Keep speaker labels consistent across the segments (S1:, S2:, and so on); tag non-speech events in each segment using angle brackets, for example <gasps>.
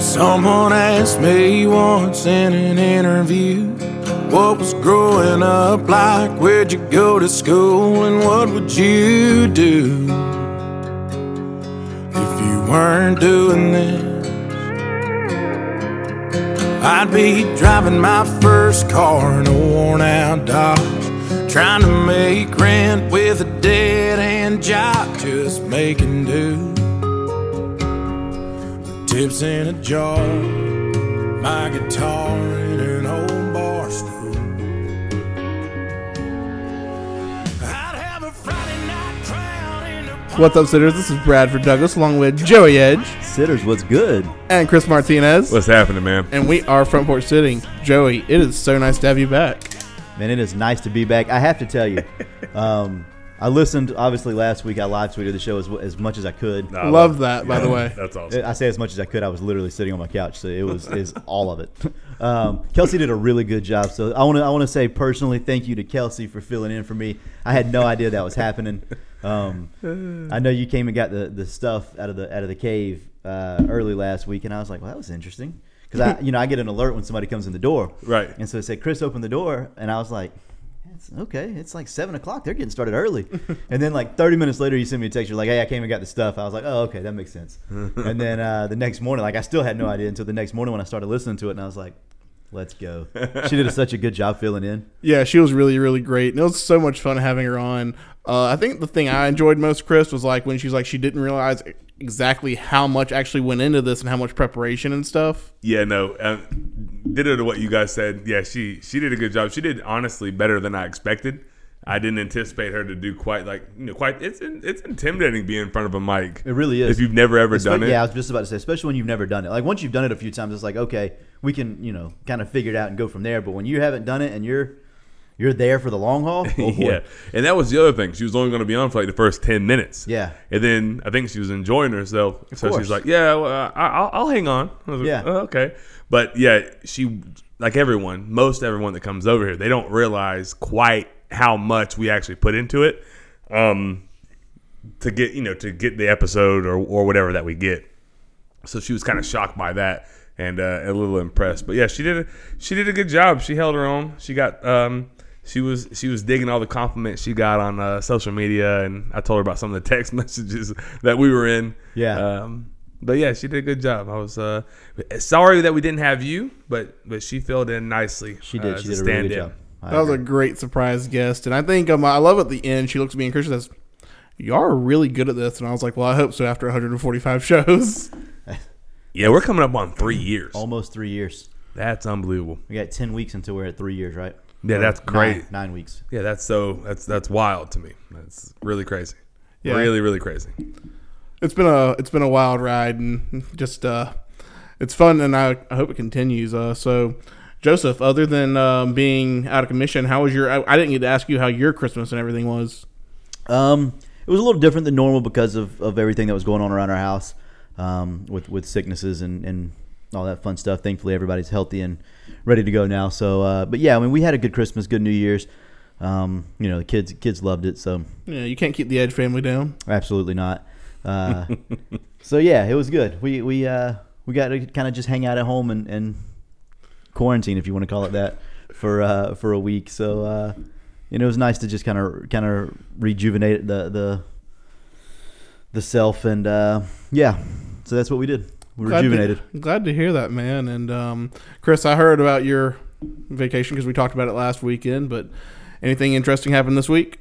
S1: Someone asked me once in an interview what was growing up like, where'd you go to school, and what would you do if you weren't doing this? I'd be driving my first car in a worn out Dodge, trying to make rent with a dead end job, just making do tips in a jar, my guitar in an old bar stool. I'd have a Friday night crowd in a
S2: What's up, sitters? This is Bradford Douglas along with Joey Edge
S3: Sitters, what's good?
S2: and Chris Martinez.
S4: What's happening, man?
S2: And we are Front Porch Sitting. Joey, it is so nice to have you back.
S3: Man, it is nice to be back. I have to tell you, um, I listened obviously last week. I live tweeted the show as, as much as I could.
S4: Nah, I
S2: Love that, by
S4: yeah,
S2: the way.
S4: That's awesome.
S3: I say as much as I could. I was literally sitting on my couch, so it was is all of it. <laughs> Um, Kelsey did a really good job. So I want to I want to say personally thank you to Kelsey for filling in for me. I had no idea that was happening. Um, I know you came and got the, the stuff out of the out of the cave uh, early last week, and I was like, well, that was interesting because I you know I get an alert when somebody comes in the door,
S4: Right.
S3: And so it said Chris opened the door, and I was like. "It's Okay, it's like seven o'clock. They're getting started early, and then like thirty minutes later, you send me a text. You're like, "Hey, I came and got the stuff." I was like, "Oh, okay, that makes sense." and then uh, the next morning, like I still had no idea until the next morning when I started listening to it, and I was like, "Let's go." She did such a good job filling in.
S2: Yeah, she was really, really great. And it was so much fun having her on. Uh, I think the thing I enjoyed most, Chris, was like when she's like, she didn't realize exactly how much actually went into this and how much preparation and stuff.
S4: Yeah, no, uh, did it to what you guys said. Yeah, she she did a good job. She did honestly better than I expected. I didn't anticipate her to do quite like you know quite. It's in, it's intimidating being in front of a mic.
S3: It really is.
S4: If you've never ever done
S3: Espe-
S4: it,
S3: Yeah, I was just about to say, especially when you've never done it. Like once you've done it a few times, it's like okay, we can you know kind of figure it out and go from there. But when you haven't done it and you're you're there for the long
S4: <laughs>
S3: haul, oh boy.
S4: yeah. And that was the other thing. She was only going to be on for like the first ten minutes.
S3: Yeah.
S4: And then I think she was enjoying herself, so
S3: course.
S4: she's like, "Yeah, well, I, I'll, I'll hang on." I was like,
S3: Yeah.
S4: "Oh, okay. But yeah, she like everyone, most everyone that comes over here, they don't realize quite how much we actually put into it. Um, to get you know to get the episode or or whatever that we get. So she was kind of shocked by that and uh, a little impressed. But yeah, she did a, she did a good job. She held her own. She got um she was she was digging all the compliments she got on uh, social media, and I told her about some of the <laughs> text messages that we were in.
S3: Yeah.
S4: Um, but yeah, she did a good job. I was uh, sorry that we didn't have you, but but she filled in nicely.
S3: She did.
S4: uh,
S3: she
S4: to
S3: did a
S4: stand
S3: really good
S4: in.
S3: job. I
S2: That was a
S3: agree.
S2: great surprise guest. And I think um, I love at the end, she looks at me and Chris says, Y'all are really good at this. And I was like, Well, I hope so after 145 <laughs> shows.
S4: Yeah, we're coming up on three years.
S3: almost three years.
S4: That's unbelievable.
S3: We got ten weeks until we're at three years, right?
S4: Yeah,
S3: Or
S4: that's
S3: nine-
S4: great.
S3: Nine, weeks.
S4: Yeah, that's so that's that's wild to me. That's really crazy.
S2: Yeah.
S4: Really, really crazy.
S2: it's been a it's been a wild ride and just uh it's fun and I, I hope it continues uh so joseph other than um, being out of commission how was your I, I didn't get to ask you how your christmas and everything was
S3: Um, it was a little different than normal because of, of everything that was going on around our house, um, with with sicknesses and and all that fun stuff. Thankfully, everybody's healthy and ready to go now. So, uh, but yeah, I mean, we had a good Christmas, good New Year's. Um, you know, the kids kids loved it. So
S2: yeah you can't keep the edge family down
S3: Absolutely not. Uh, <laughs> so yeah, it was good. We we uh, we got to kind of just hang out at home and, and quarantine, if you want to call it that, for uh, for a week. So uh, and it was nice to just kind of kind of rejuvenate the the the self and uh, yeah. So that's what we did. We
S2: Glad to-
S3: rejuvenated.
S2: Glad to, hear that, man. And um, Chris, I heard about your vacation because we talked about it last weekend. But anything interesting happened this week?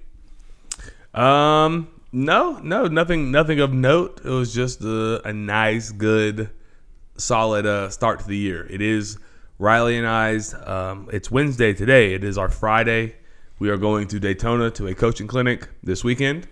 S4: Um, no, no, nothing, nothing of note. It was just a, a nice, good, solid uh, start to the year. It is Riley and I's. Um, it's Wednesday today. It is our Friday. We are going to Daytona to a coaching clinic this weekend.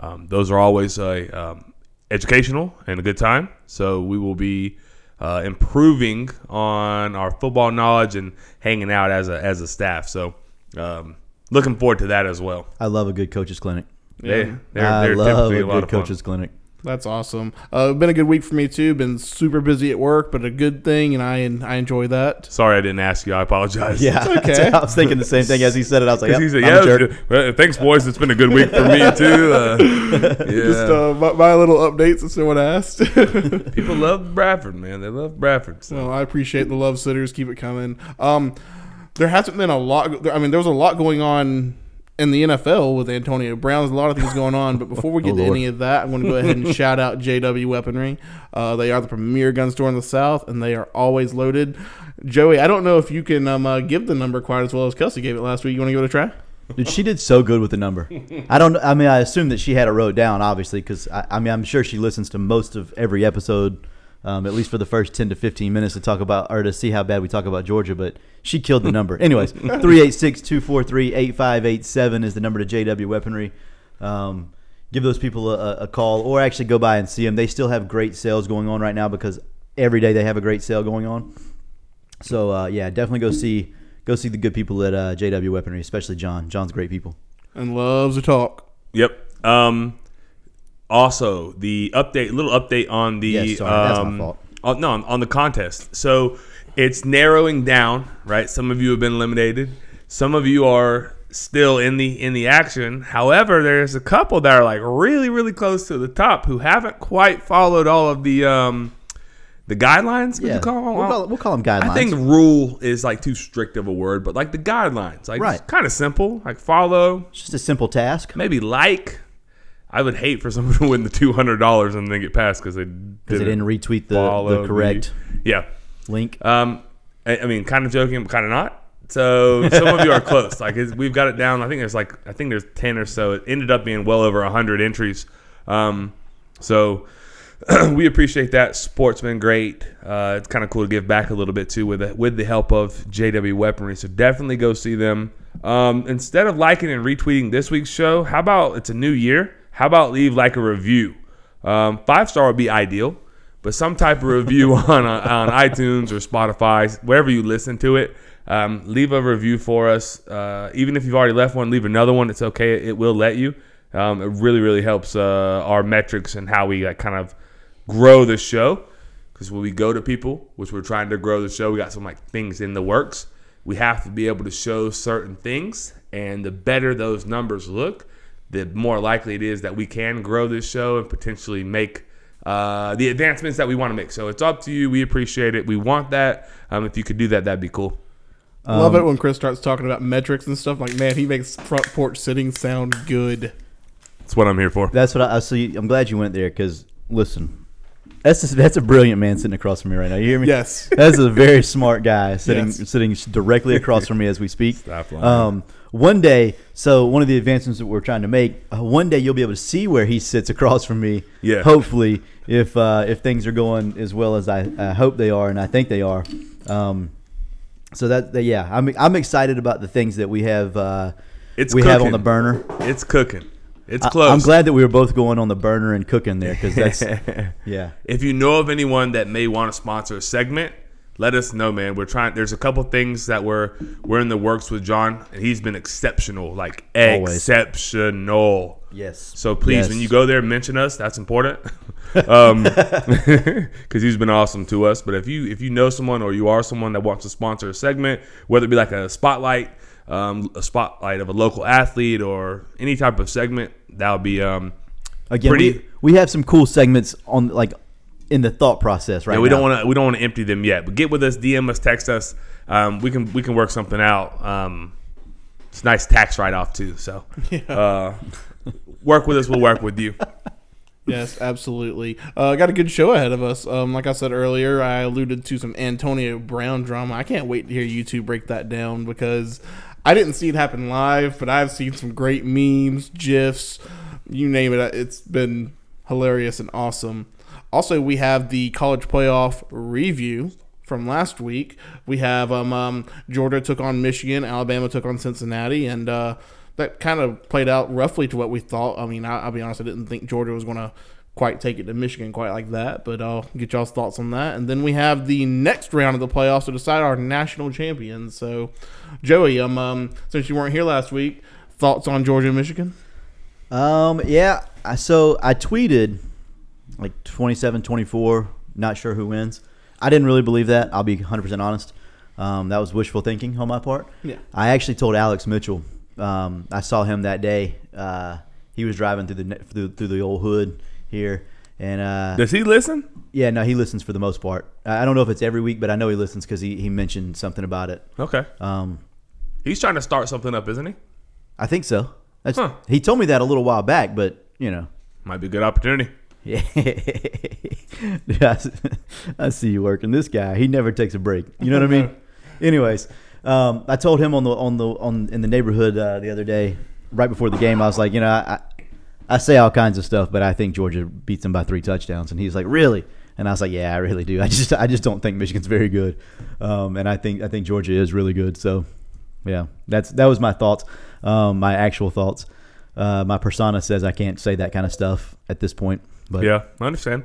S4: Um, those are always a um, educational and a good time. So we will be uh, improving on our football knowledge and hanging out as a as a staff. So um, looking forward to that as well.
S3: I love a good coaches clinic.
S4: They, they're,
S3: I
S4: they're
S3: love
S4: typically
S3: a
S4: a lot
S3: good
S4: of fun.
S3: coaches clinic.
S2: That's awesome. Uh, been a good week for me too. Been super busy at work, but a good thing, and I I enjoy that.
S4: Sorry, I didn't ask you. I apologize. <laughs>
S3: Yeah, <laughs>
S2: okay.
S3: I was thinking the same thing as he said it. I was like,
S4: Because
S3: yep,
S4: he said,
S3: I'm
S4: yeah,
S3: a jerk.
S4: it's- well, thanks, boys. It's been a good week for me, too. Uh,
S3: <laughs>
S4: yeah.
S2: Just uh, my, my little updates that someone asked. <laughs>
S3: uh,
S4: People love Bradford, man. They love Bradford. So.
S2: well, I appreciate the love sitters. Keep it coming. Um, there hasn't been a lot. I mean, there was a lot going on in the NFL with Antonio Brown. There's a lot of things going on. But <laughs> before we get
S3: Oh,
S2: to
S3: Lord.
S2: any of that, I'm going to go ahead <laughs> and shout out JW Weaponry. Uh, they are the premier gun store in the South, and they are always loaded. Joey, I don't know if you can um, uh, give the number quite as well as Kelsey gave it last week. You want to give it a try?
S3: Dude, she did so good with the number. I don't. I mean, I assume that she had it wrote down, obviously, because I, I mean, I'm sure she listens to most of every episode, um, at least for the first ten to fifteen minutes to talk about or to see how bad we talk about Georgia. But she killed the number. Anyways, 386-243-8587 is the number to JW Weaponry. Um, give those people a, a- a call, or actually go by and see them. They still have great sales going on right now because every day they have a great sale going on. So uh, yeah, definitely go see go see the good people at uh, JW Weaponry, especially John. John's great people.
S2: And loves to talk.
S4: Yep. Um, also, the update, little update on the.
S3: Yes, sorry, that's my
S4: um,
S3: fault.
S4: On, no, on, on the contest. So it's narrowing down, right? Some of you have been eliminated. Some of you are still in the in the action. However, there's a couple that are like really, really close to the top who haven't quite followed all of the um, the guidelines. Would
S3: Yeah,
S4: you call them?
S3: we'll call- we'll call them guidelines.
S4: I think rule is like too strict of a word, but like the guidelines, like
S3: Right.
S4: kind of simple. Like follow,
S3: It's just a simple task.
S4: maybe like. I would hate for someone <laughs> to win the two hundred dollars and then get passed because they didn't,
S3: Because they didn't retweet the,
S4: follow
S3: the correct
S4: Yeah,
S3: link.
S4: um, I, I mean, kind of joking, but kind of not. So some of
S3: <laughs>
S4: you are close. Like it's, we've got it down. I think there's like I think there's ten or so. It ended up being well over hundred entries. Um, so <clears throat> we appreciate that. Sport's been great. Uh, it's kind of cool to give back a little bit too with the, with the help of JW Weaponry. So definitely go see them. Um, instead of liking and retweeting this week's show, how about it's a new year? How about leave like a review? Um, five star would be ideal, but some type of review <laughs> on on iTunes or Spotify, wherever you listen to it. Um, leave a review for us. Uh, even if you've already left one, leave another one. It's okay. It will let you. Um, it really, really helps uh, our metrics and how we like, kind of grow the show because when we go to people which we're trying to grow the show we got some like things in the works we have to be able to show certain things and the better those numbers look the more likely it is that we can grow this show and potentially make uh, the advancements that we want to make so it's up to you we appreciate it we want that um, if you could do that that'd be cool
S2: Love it when Chris starts talking about metrics and stuff. Like, man, he makes front porch sitting sound good.
S4: that's what i'm here for
S3: <laughs> That's what I, I see. I'm glad you went there because listen, that's just, that's a brilliant man sitting across from me right now. You hear me?
S2: Yes.
S3: <laughs> that's a very smart guy sitting
S2: Yes.
S3: sitting directly across from me as we speak.
S4: Stop lying.
S3: Um, one day, so one of the advancements that we're trying to make, uh, one day you'll be able to see where he sits across from me.
S4: Yeah.
S3: Hopefully, if uh, if things are going as well as I, I hope they are and I think they are. Um, so that, that- yeah, I'm I'm excited about the things that we have. Uh,
S4: It's
S3: we have on
S4: cooking.
S3: the burner.
S4: it's cooking it's
S3: I-
S4: close
S3: I'm glad that we were both going on the burner and cooking there because
S4: <laughs>
S3: that's yeah.
S4: If you know of anyone that may want to sponsor a segment, let us know, man. We're trying. There's a couple things that we're we're in the works with John, and he's been exceptional, like
S3: Always.
S4: exceptional.
S3: Yes.
S4: So please,
S3: Yes.
S4: when you go there, mention us. That's important, <laughs> um, <laughs> because he's been awesome to us. But if you if you know someone or you are someone that wants to sponsor a segment, whether it be like a spotlight, um, a spotlight of a local athlete or any type of segment, that would be um,
S3: again,
S4: pretty-
S3: we, we have some cool segments on like in the thought process right
S4: Yeah, we
S3: now.
S4: don't want to we don't want to empty them yet. But get with us, DM us, text us. Um, we can we can work something out. Um, it's a nice tax write off too.
S3: <laughs>
S4: So uh, work with us, we'll work with you.
S2: Yes, absolutely. Uh, got a good show ahead of us. Um, like I said earlier, I alluded to some Antonio Brown drama. I can't wait to hear you two break that down because I didn't see it happen live, but I've seen some great memes, gifs, you name it. It's been hilarious and awesome. Also, we have the college playoff review from last week. We have um, um, Georgia took on Michigan, Alabama took on Cincinnati, and uh, that kind of played out roughly to what we thought. I mean, I, I'll be honest, I didn't think Georgia was going to quite take it to Michigan quite like that, but I'll get y'all's thoughts on that. And then we have the next round of the playoffs to decide our national champions. So, Joey, um, um since you weren't here last week, thoughts on Georgia and Michigan?
S3: Um, yeah. I- So I tweeted like 27 24. Not sure who wins. I didn't really believe that. I'll be 100% honest. Um, that was wishful thinking on my part.
S2: Yeah.
S3: I actually told Alex Mitchell, um, I saw him that day. Uh, he was driving through the ne- through, through the old hood here. And uh,
S4: Does he listen?
S3: yeah, no, he listens for the most part. I I don't know if it's every week, but I know he listens because he, he mentioned something about it.
S4: Okay.
S3: Um,
S4: He's trying to start something up, isn't he?
S3: I think so. That's,
S4: Huh.
S3: He told me that a little while back, but you know, <laughs>
S4: Might be a good opportunity.
S3: yeah. Dude, I, s- <laughs> I see you working. This guy, he never takes a break. You know what I mean? Anyways, um, I told him on the on the on in the neighborhood uh, the other day, right before the game, I was like, you know, I, I say all kinds of stuff, but I think Georgia beats them by three touchdowns, and he's like, really? And I was like, yeah, I really do. <laughs> I just I just don't think Michigan's very good, um, and I think I think Georgia is really good. So, yeah, that's that was my thoughts, um, my actual thoughts. Uh, my persona says I can't say that kind of stuff at this point, but
S4: Yeah, I understand.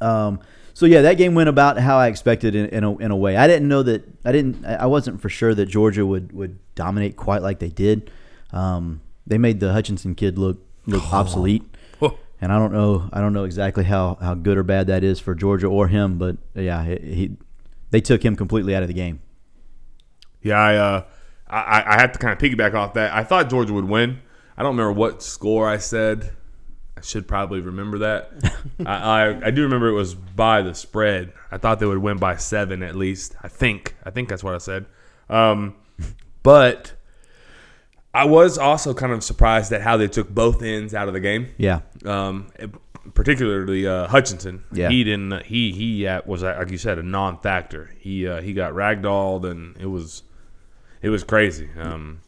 S3: um, so yeah, that game went about how I expected in, in, a, in a way. I didn't know that I didn't I I wasn't for sure that Georgia would would dominate quite like they did. Um, they made the Hutchinson kid look look obsolete,
S4: Whew.
S3: and I don't know I don't know exactly how, how good or bad that is for Georgia or him, but yeah, he, he they took him completely out of the game.
S4: Yeah, I, uh, I I- I have to kind of piggyback off that. I thought Georgia would win. I don't remember what score I said. I should probably remember that. I, I I do remember it was by the spread. I thought they would win by seven at least. I think I think that's what I said. Um, but I was also kind of surprised at how they took both ends out of the game.
S3: Yeah,
S4: um, particularly uh, Hutchinson.
S3: Yeah.
S4: He didn't. He he uh, was like you said a non-factor. He uh, he got ragdolled and it was it was crazy. Um,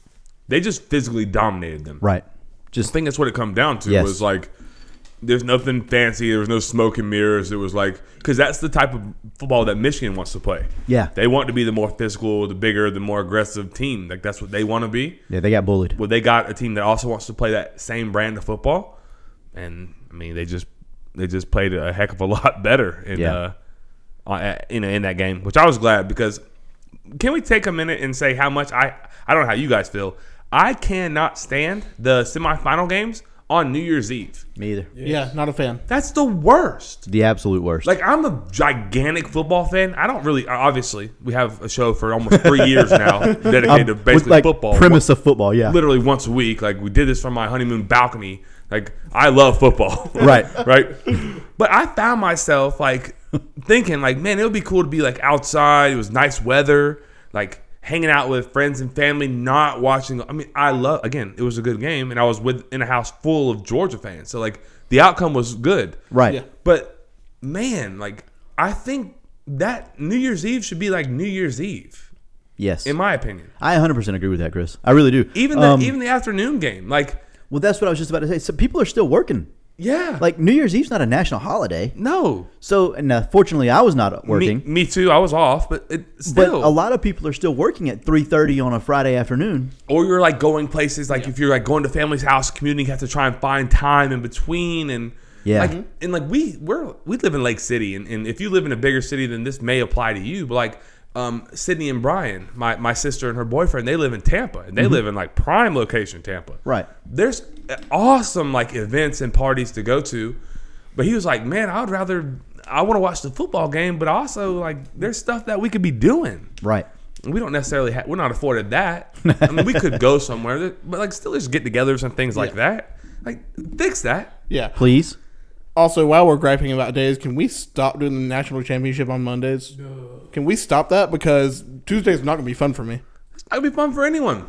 S4: they just physically dominated them.
S3: right.
S4: I
S3: Just
S4: think that's what it come down to
S3: Yes.
S4: was like there's nothing fancy. There was no smoke and mirrors. It was like because that's the type of football that Michigan wants to play.
S3: Yeah.
S4: they want to be the more physical, the bigger, the more aggressive team. Like that's what they want to be
S3: yeah, they got bullied.
S4: well, they got a team that also wants to play that same brand of football, and I mean, they just they just played a heck of a <laughs> lot better in
S3: Yeah.
S4: uh, uh, in in that game, which I was glad because can we take a minute and say how much I I don't know how you guys feel. I cannot stand the semifinal games on New Year's Eve.
S3: Me either.
S2: Yeah, not a fan.
S4: That's the worst.
S3: The absolute worst.
S4: Like I'm a gigantic football fan. I don't really. Obviously, we have a show for almost three
S3: <laughs>
S4: years now dedicated
S3: Um,
S4: to
S3: with,
S4: basically
S3: like,
S4: football.
S3: premise of football. Yeah,
S4: literally once a week. Like we did this from my honeymoon balcony. Like I love football. <laughs>
S3: Right.
S4: right. But I found myself like thinking like, man, it would be cool to be like outside. It was nice weather. Like hanging out with friends and family, not watching. I mean, I love again. It was a good game, and I was with in a house full of Georgia fans. So like the outcome was good.
S3: right.
S2: Yeah.
S4: But man, like I think that New Year's Eve should be like New Year's Eve,
S3: Yes,
S4: in my opinion.
S3: I 100% agree with that, Chris. I really do.
S4: Even the
S3: Um,
S4: even the afternoon game, like
S3: Well, that's what I was just about to say. So people are still working.
S4: yeah,
S3: Like New Year's Eve's not a national holiday.
S4: No,
S3: So, and uh, fortunately, I was not
S4: me,
S3: working.
S4: me too. I was off, but it,
S3: but
S4: still,
S3: a lot of people are still working at 3:30 on a Friday afternoon.
S4: or you're like going places. Like if you're like going to family's house, commuting, you have to try and find time in between, and
S3: Yeah.
S4: like
S3: Mhm.
S4: and like we we're we live in Lake City, and, and if you live in a bigger city, then this may apply to you. But like um, Sydney and Brian, my my sister and her boyfriend, they live in Tampa, and they live in like prime location Tampa.
S3: Mm-hmm. Right.
S4: There's uh, awesome like events and parties to go to, but he was like, man, I'd rather. I want to watch the football game, but also like there's stuff that we could be doing.
S3: Right.
S4: we don't necessarily have, we're not afforded that. I mean, we could go somewhere, that- but like still just get togethers and things like that. Like, fix that.
S2: Yeah.
S3: Please.
S2: Also, while we're griping about days, can we stop doing the national championship on Mondays? Can we stop that? Because Tuesday's not going to be fun for me.
S4: That would be fun for anyone.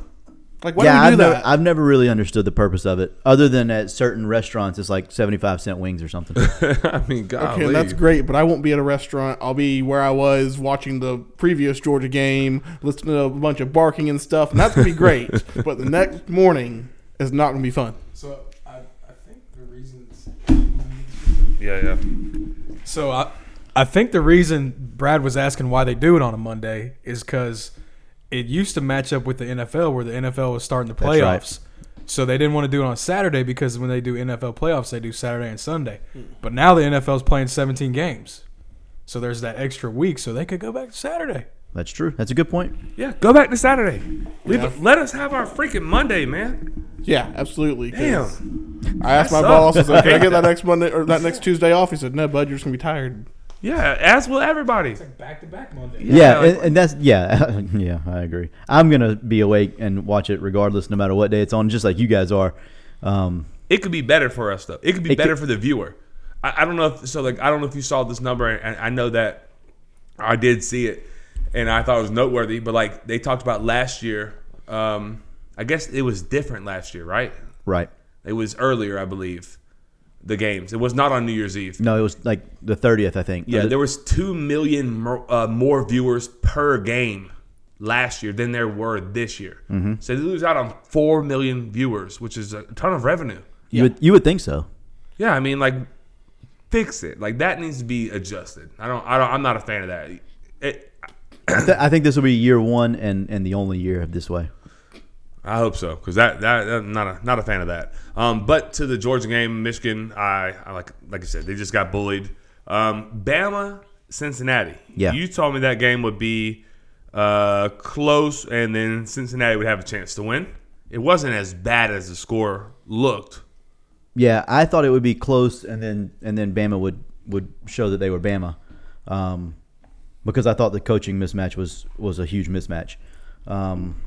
S2: Like, why
S3: yeah,
S2: do we do
S3: I've, never,
S2: that?
S3: I've never really understood the purpose of it, other than at certain restaurants, it's like 75 cent wings or something.
S4: <laughs> I mean, golly.
S2: Okay, that's great, but I won't be at a restaurant. I'll be where I was watching the previous Georgia game, listening to a bunch of barking and stuff, and that's gonna be
S4: <laughs>
S2: great. but the next morning is not gonna be fun.
S5: So I, I think the reasons.
S4: Yeah, yeah.
S5: So I, I think the reason Brad was asking why they do it on a Monday is because it used to match up with the NFL, where the NFL was starting the
S3: That's right.
S5: playoffs. So they didn't want to do it on Saturday because when they do NFL playoffs, they do Saturday and Sunday. But now the NFL's playing 17 games, so there's that extra week, so they could go back to Saturday.
S3: That's true. That's a good point.
S4: Yeah, go back to Saturday. Leave it, let us have our freaking Monday, man.
S2: Yeah, absolutely. 'cause
S4: Damn.
S2: I asked my
S4: That
S2: boss, I
S4: sucks.
S2: said, "Can I get
S4: <laughs>
S2: that next Monday or that next Tuesday off?" He said, "No, bud, you're just gonna be tired."
S4: Yeah, as will everybody.
S5: Back to back Monday.
S3: Yeah,
S4: like-
S3: and, and that's yeah, <laughs> yeah. I agree. I'm gonna be awake and watch it regardless, no matter what day it's on, just like you guys are. Um,
S4: It could be better for us though. It could be
S3: It
S4: better
S3: could-
S4: for the viewer. I, I don't know if so. Like I don't know if you saw this number, and I, I know that I did see it, and I thought it was noteworthy. But like they talked about last year, um, I guess it was different last year, right?
S3: right?
S4: It was earlier, I believe. The games. It was not on New Year's Eve.
S3: No, it was like the 30th, I think.
S4: Yeah,
S3: Or the-
S4: there was two million more, uh, more viewers per game last year than there were this year.
S3: Mm-hmm.
S4: So they lose out on four million viewers, which is a ton of revenue.
S3: you would you would think so.
S4: Yeah, I mean, like, fix it. Like that needs to be adjusted. I don't. I don't. I'm not a fan of that. It,
S3: I, th- I think this will be year one and and the only year of this way.
S4: I hope so because that, that that not a not a fan of that. Um, but to the Georgia game, Michigan, I, I like like I said, they just got bullied. Um, Bama, Cincinnati.
S3: Yeah.
S4: you told me that game would be uh, close, and then Cincinnati would have a chance to win. It wasn't as bad as the score looked.
S3: Yeah, I thought it would be close, and then and then Bama would would show that they were Bama, um, because I thought the coaching mismatch was was a huge mismatch. Um,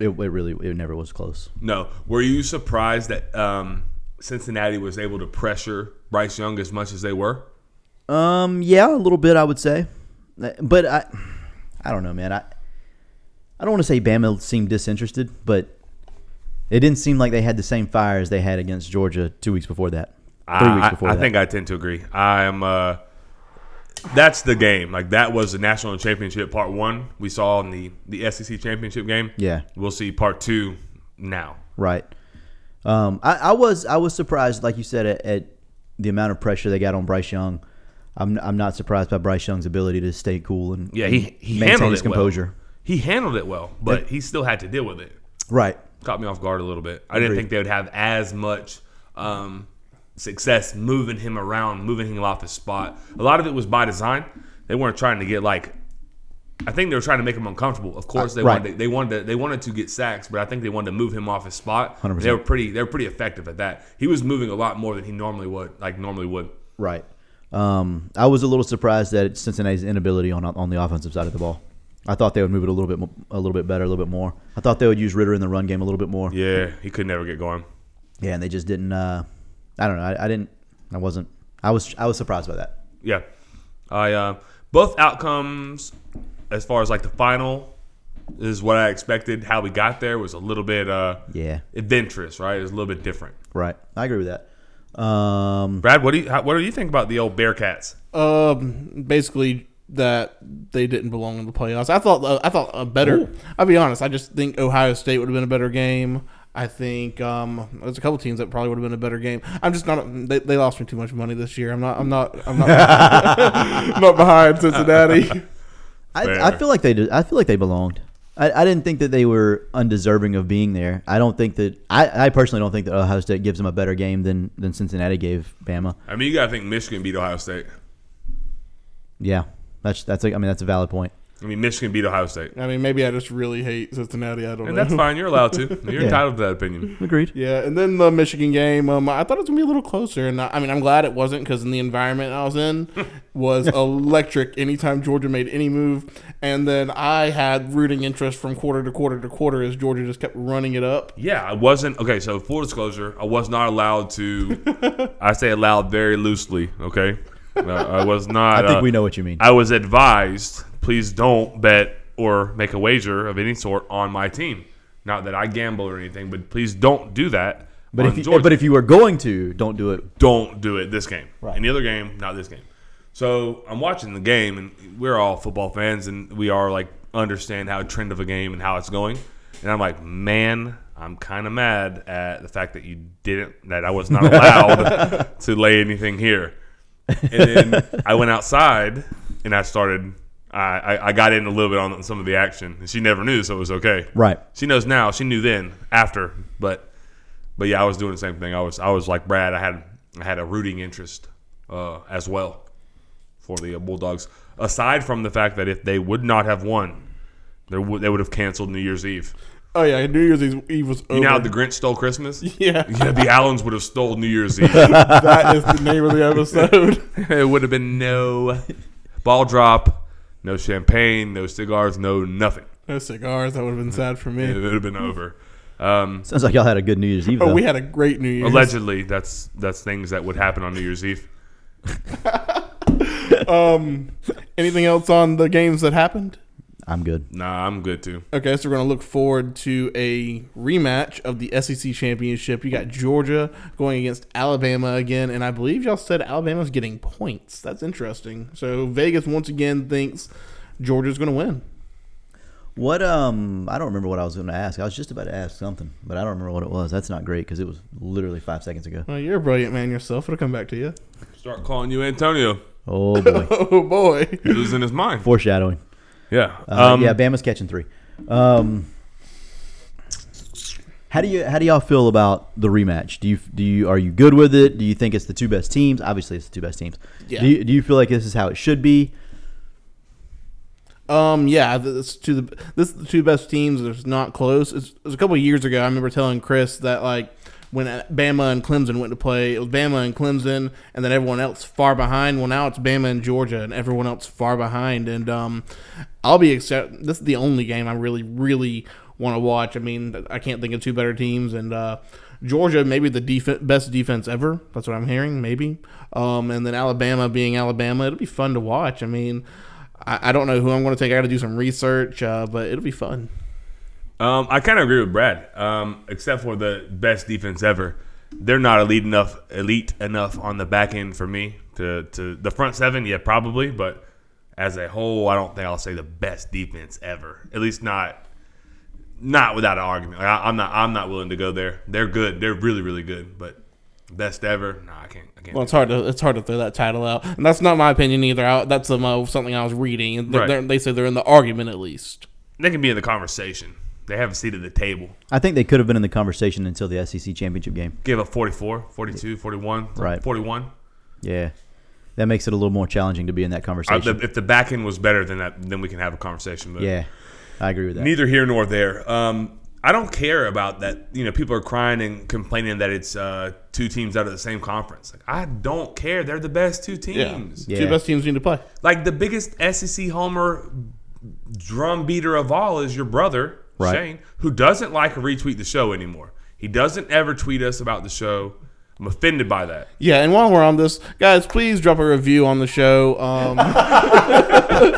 S3: it, it really it never was close.
S4: No, were you surprised that um, Cincinnati was able to pressure Bryce Young as much as they were?
S3: Um, yeah, a little bit, I would say, but I, I don't know, man. I, I don't want to say Bama seemed disinterested, but it didn't seem like they had the same fire as they had against Georgia two weeks before that, three
S4: I,
S3: weeks
S4: I-
S3: before
S4: I
S3: that.
S4: think I tend to agree. I'm. Uh, that's the game. Like that was the national championship part one. We saw in the the SEC championship game.
S3: Yeah.
S4: we'll see part two now.
S3: Right. Um, I, I was I was surprised, like you said, at, at the amount of pressure they got on Bryce Young. I'm I'm not surprised by Bryce Young's ability to stay cool and
S4: Yeah, he, he
S3: maintain
S4: handled
S3: his
S4: it
S3: composure.
S4: well. He handled it well, but he still had to deal with it.
S3: Right.
S4: Caught me off guard a little bit. I didn't
S3: Agreed.
S4: think they would have as much um, success moving him around, moving him off his spot. A lot of it was by design. They weren't trying to get like. I think they were trying to make him uncomfortable. Of course, they
S3: right.
S4: wanted they wanted to, they wanted to get sacks, but I think they wanted to move him off his spot.
S3: 100%.
S4: They were pretty they were pretty effective at that. He was moving a lot more than he normally would, like normally would.
S3: Right. Um, I was a little surprised at Cincinnati's inability on on the offensive side of the ball. I thought they would move it a little bit mo- a little bit better, a little bit more. I thought they would use Ritter in the run game a little bit more.
S4: Yeah, he could never get going.
S3: Yeah, and they just didn't. Uh, I don't know. I, I didn't. I wasn't. I was. I was surprised by that.
S4: Yeah, I uh, both outcomes as far as like the final is what I expected. How we got there was a little bit uh,
S3: Yeah.
S4: adventurous, right? It was a little bit different.
S3: Right. I agree with that. Um,
S4: Brad, what do you how, what do you think about the old Bearcats?
S2: Um, basically that they didn't belong in the playoffs. I thought uh, I thought a better. I'll be honest. I just think Ohio State would have been a better game. I think um, there's a couple teams that probably would have been a better game. I'm just not. They, they lost me too much money this year. I'm not. I'm not. I'm not. I'm not <laughs> behind Cincinnati.
S3: I, I
S4: Fair.
S3: feel like they did, I feel like they belonged. I, I didn't think that they were undeserving of being there. I don't think that I, I personally don't think that Ohio State gives them a better game than than Cincinnati gave Bama.
S4: I mean, you gotta think Michigan beat Ohio State.
S3: Yeah, that's that's a, I mean that's a valid point.
S4: I mean, Michigan beat Ohio State,
S2: I mean, maybe I just really hate Cincinnati. I don't
S4: and
S2: know.
S4: that's fine. You're
S3: <laughs>
S4: allowed to. You're
S3: Yeah.
S4: entitled to that opinion.
S3: Agreed.
S2: Yeah, and then the Michigan game, um, I thought it was gonna be a little closer, and I, I mean, I'm glad it wasn't because in the environment I was
S4: <laughs>
S2: in was electric. Anytime Georgia made any move, and then I had rooting interest from quarter to quarter to quarter as Georgia just kept running it up.
S4: Yeah, I wasn't okay. So full disclosure, I was not
S3: <laughs>
S4: allowed to. I say allowed very loosely. Okay, Uh, I was not.
S3: I think
S4: uh,
S3: we know what you mean.
S4: I was advised, please don't bet or make a wager of any sort on my team. Not that I gamble or anything, but please don't do that.
S3: but
S4: on
S3: if you,
S4: Georgia.
S3: but if you were going to, don't do it.
S4: don't do it this game,
S3: Right.
S4: any other game, not this game. So I'm watching the game, and we're all football fans, and we are like understand how trend of a game and how it's going. And I'm like, man, I'm kind of mad at the fact that you didn't that I was not
S3: <laughs>
S4: allowed to lay anything here. And then I went outside and I started. I, I, I got in a little bit on some of the action, and she never knew, so it was okay.
S3: Right.
S4: She knows now. She knew then after, but but yeah, I was doing the same thing. I was I was like Brad. I had I had a rooting interest uh, as well for the uh, Bulldogs. Aside from the fact that if they would not have won, there would they would have canceled New Year's Eve.
S2: Oh yeah, New Year's Eve- Eve was over.
S4: You know how the Grinch stole Christmas?
S2: <laughs> yeah,
S4: <laughs> Yeah, the Allens would have stole New Year's Eve.
S2: that is the name of the episode.
S4: <laughs>
S2: <laughs>
S4: it would have been no ball drop, no champagne, no cigars, no nothing.
S2: no cigars. That would have been sad for
S4: It
S2: me.
S4: would have been over. Um,
S3: Sounds like y'all had a good New Year's Eve.
S2: Oh,
S3: though.
S2: we had a great New Year's.
S4: allegedly, that's that's things that would happen on New Year's Eve.
S2: Um, Anything else on the games that happened?
S3: I'm good.
S4: Nah, I'm good too.
S2: Okay, so we're going to look forward to a rematch of the SEC championship. You got Georgia going against Alabama again, and I believe y'all said Alabama's getting points. That's interesting. So Vegas once again thinks Georgia's going to win.
S3: What um I don't remember what I was going to ask. I was just about to ask something, but I don't remember what it was. That's not great because it was literally five seconds ago.
S2: Well, you're a brilliant man yourself. It'll come back to you. <laughs>
S4: Start calling you Antonio.
S3: Oh boy, <laughs>
S2: Oh boy,
S4: He's losing his mind.
S3: foreshadowing.
S4: Yeah.
S3: Uh,
S4: Um,
S3: yeah, Bama's catching three. Um, how do you how do y'all feel about the rematch? Do you do you are you good with it? Do you think it's the two best teams? Obviously, it's the two best teams.
S2: Yeah.
S3: Do you, do you feel like this is how it should be?
S2: Um, yeah, this to the this is the two best teams. It's not close. It's, it was a couple of years ago. I remember telling Chris that like when uh, Bama and Clemson went to play, it was Bama and Clemson, and then everyone else far behind. Well, now it's Bama and Georgia, and everyone else far behind. And um, I'll be except this is the only game I really really want to watch. I mean, I can't think of two better teams, and uh, Georgia maybe the def- best defense ever. That's what I'm hearing, maybe. Um, and then Alabama being Alabama, it'll be fun to watch. I mean. I, I don't know who I'm going to take. I got to do some research, uh, but it'll be fun.
S4: Um, I kind of agree with Brad, um, except for the best defense ever. They're not elite enough, elite enough on the back end for me to to the front seven. Yeah, probably, but as a whole, I don't think I'll say the best defense ever. At least not not without an argument. Like, I, I'm not I'm not willing to go there. They're good. They're really really good, but best ever? Nah, I can't. I can't.
S2: Well, it's hard to it's hard to throw that title out, and that's not my opinion either. I, that's um, uh, something I was reading, and they're,
S4: Right.
S2: they're- they say they're in the argument at least.
S4: they can be in the conversation. They have a seat at the table.
S3: I think they could have been in the conversation until the SEC championship game.
S4: Give up 44, 42, 41,
S3: Right.
S4: 41.
S3: Yeah, that makes it a little more challenging to be in that
S4: Uh,
S3: conversation.
S4: the, if the back end was better, then that then we can have a conversation. But
S3: yeah, I agree with that.
S4: neither here nor there. Um, I don't care about that. You know, people are crying and complaining that it's uh, two teams out of the same conference. Like, I don't care. They're the best two teams.
S3: Yeah.
S2: Two best teams need to play.
S4: Like the biggest SEC homer drum beater of all is your brother
S3: Right.
S4: Shane, who doesn't like or retweet the show anymore. He doesn't ever tweet us about the show. I'm offended by that.
S2: Yeah, and while we're on this, guys, please drop a review on the show. Um, <laughs>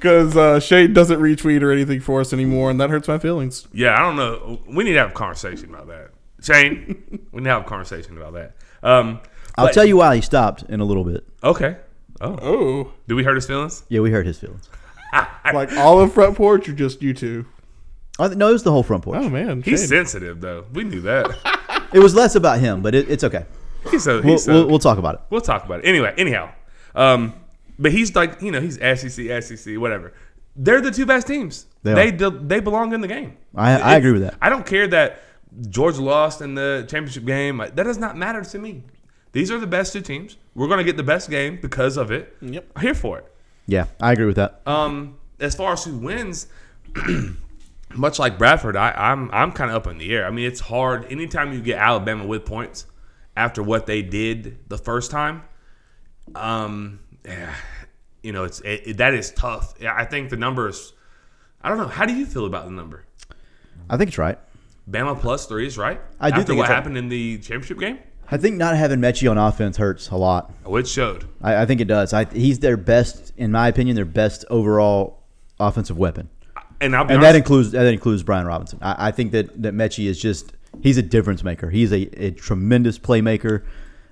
S2: Because uh, Shade doesn't retweet or anything for us anymore, and that hurts my feelings.
S4: Yeah, I don't know. We need to have a conversation about that.
S3: <laughs>
S4: Shane, we need to have a conversation about that. Um,
S3: I'll
S4: but-
S3: tell you why he stopped in a little bit.
S4: Okay. Oh,
S2: Oh,
S4: did we hurt his feelings?
S3: Yeah, we hurt his feelings.
S2: like all of front porch or just you two?
S3: I th- No, it was the whole front porch.
S2: Oh man,
S4: He's
S2: Shade.
S4: sensitive though. We
S3: <laughs>
S4: knew that.
S3: It was less about him, but it, it's okay.
S4: He's so, he's
S3: We'll,
S4: so-
S3: we'll, we'll talk about it.
S4: we'll talk about it anyway. Anyhow, um, but he's like you know he's E SEC, SEC, whatever. They're the two best teams.
S3: They are.
S4: They de- they belong in the game.
S3: I- I
S4: It's-
S3: agree with that.
S4: I don't care that Georgia lost in the championship game. Like, That does not matter to me. These are the best two teams. We're gonna get the best game because of it.
S2: Yep.
S4: I'm here for it.
S3: Yeah, I agree with that.
S4: Um, as far as who wins, <clears throat> much like Bradford, I, I'm I'm kind of up in the air. I mean, it's hard. Anytime you get Alabama with points after what they did the first time, um, eh, you know, it's it, it- that is tough. Yeah, I think the number is. I don't know. How do you feel about the number?
S3: I think it's right.
S4: Bama plus three is right.
S3: I do
S4: After
S3: think
S4: what
S3: it's right.
S4: happened in the championship game,
S3: I think not having Mechie on offense hurts a lot.
S4: oh, it showed.
S3: I, I think it does. I, he's their best, in my opinion, their best overall offensive weapon,
S4: And I'll be
S3: and
S4: honest,
S3: that includes that includes Brian Robinson. I, I think that that Mechie is just he's a difference maker. He's a, a tremendous playmaker.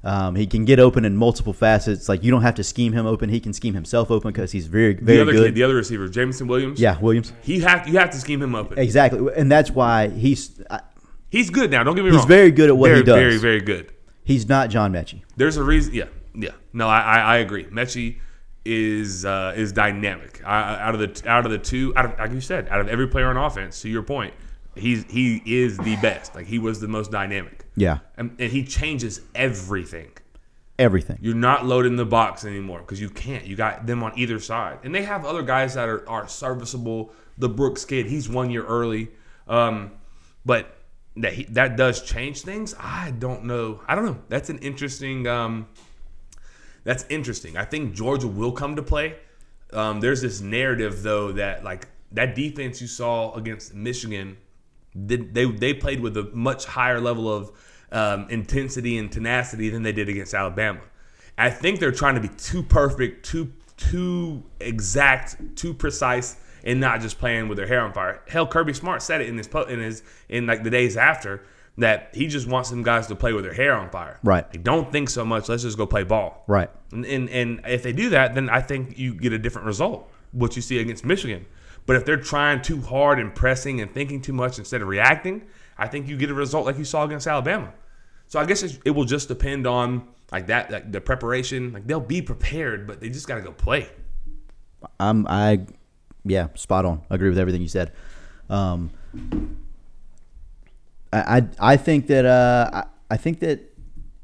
S3: Um, he can get open in multiple facets. Like you don't have to scheme him open; he can scheme himself open because he's very very
S4: the other
S3: good.
S4: kid, the other receiver, Jameson Williams.
S3: yeah, Williams.
S4: he have you have to scheme him up.
S3: Exactly, and that's why he's I-
S4: He's good now. Don't get me
S3: He's
S4: wrong.
S3: very good at what he
S4: Very,
S3: does.
S4: Very, very good.
S3: he's not John Mechie.
S4: There's a reason. Yeah, yeah. No, I, I, I agree. Mechie is uh, is dynamic. I, I- out of the out of the two, out of, like you said, out of every player on offense. To your point, he's he is the best. Like he was the most dynamic.
S3: Yeah,
S4: and, and he changes everything.
S3: everything.
S4: You're not loading the box anymore because you can't. You got them on either side, and they have other guys that are, are serviceable. The Brooks kid, he's one year early. Um, but that he, that does change things. I don't know. I don't know. That's an interesting. Um, that's interesting. I think Georgia will come to play. Um, there's this narrative though that like that defense you saw against Michigan, did they they played with a much higher level of um, intensity and tenacity than they did against Alabama. I think they're trying to be too perfect, too too exact, too precise, and not just playing with their hair on fire. Hell, Kirby Smart said it in his po- in his in like the days after that he just wants them guys to play with their hair on fire.
S3: Right.
S4: Like, don't think so much. Let's just go play ball.
S3: Right.
S4: And, and and if they do that, then I think you get a different result. What you see against Michigan, but if they're trying too hard and pressing and thinking too much instead of reacting, I think you get a result like you saw against Alabama. So I guess it's, it will just depend on like that, like the preparation. Like they'll be prepared, but they just got to go play.
S3: I'm I yeah, spot on. I agree with everything you said. Um, I, I I think that uh, I, I think that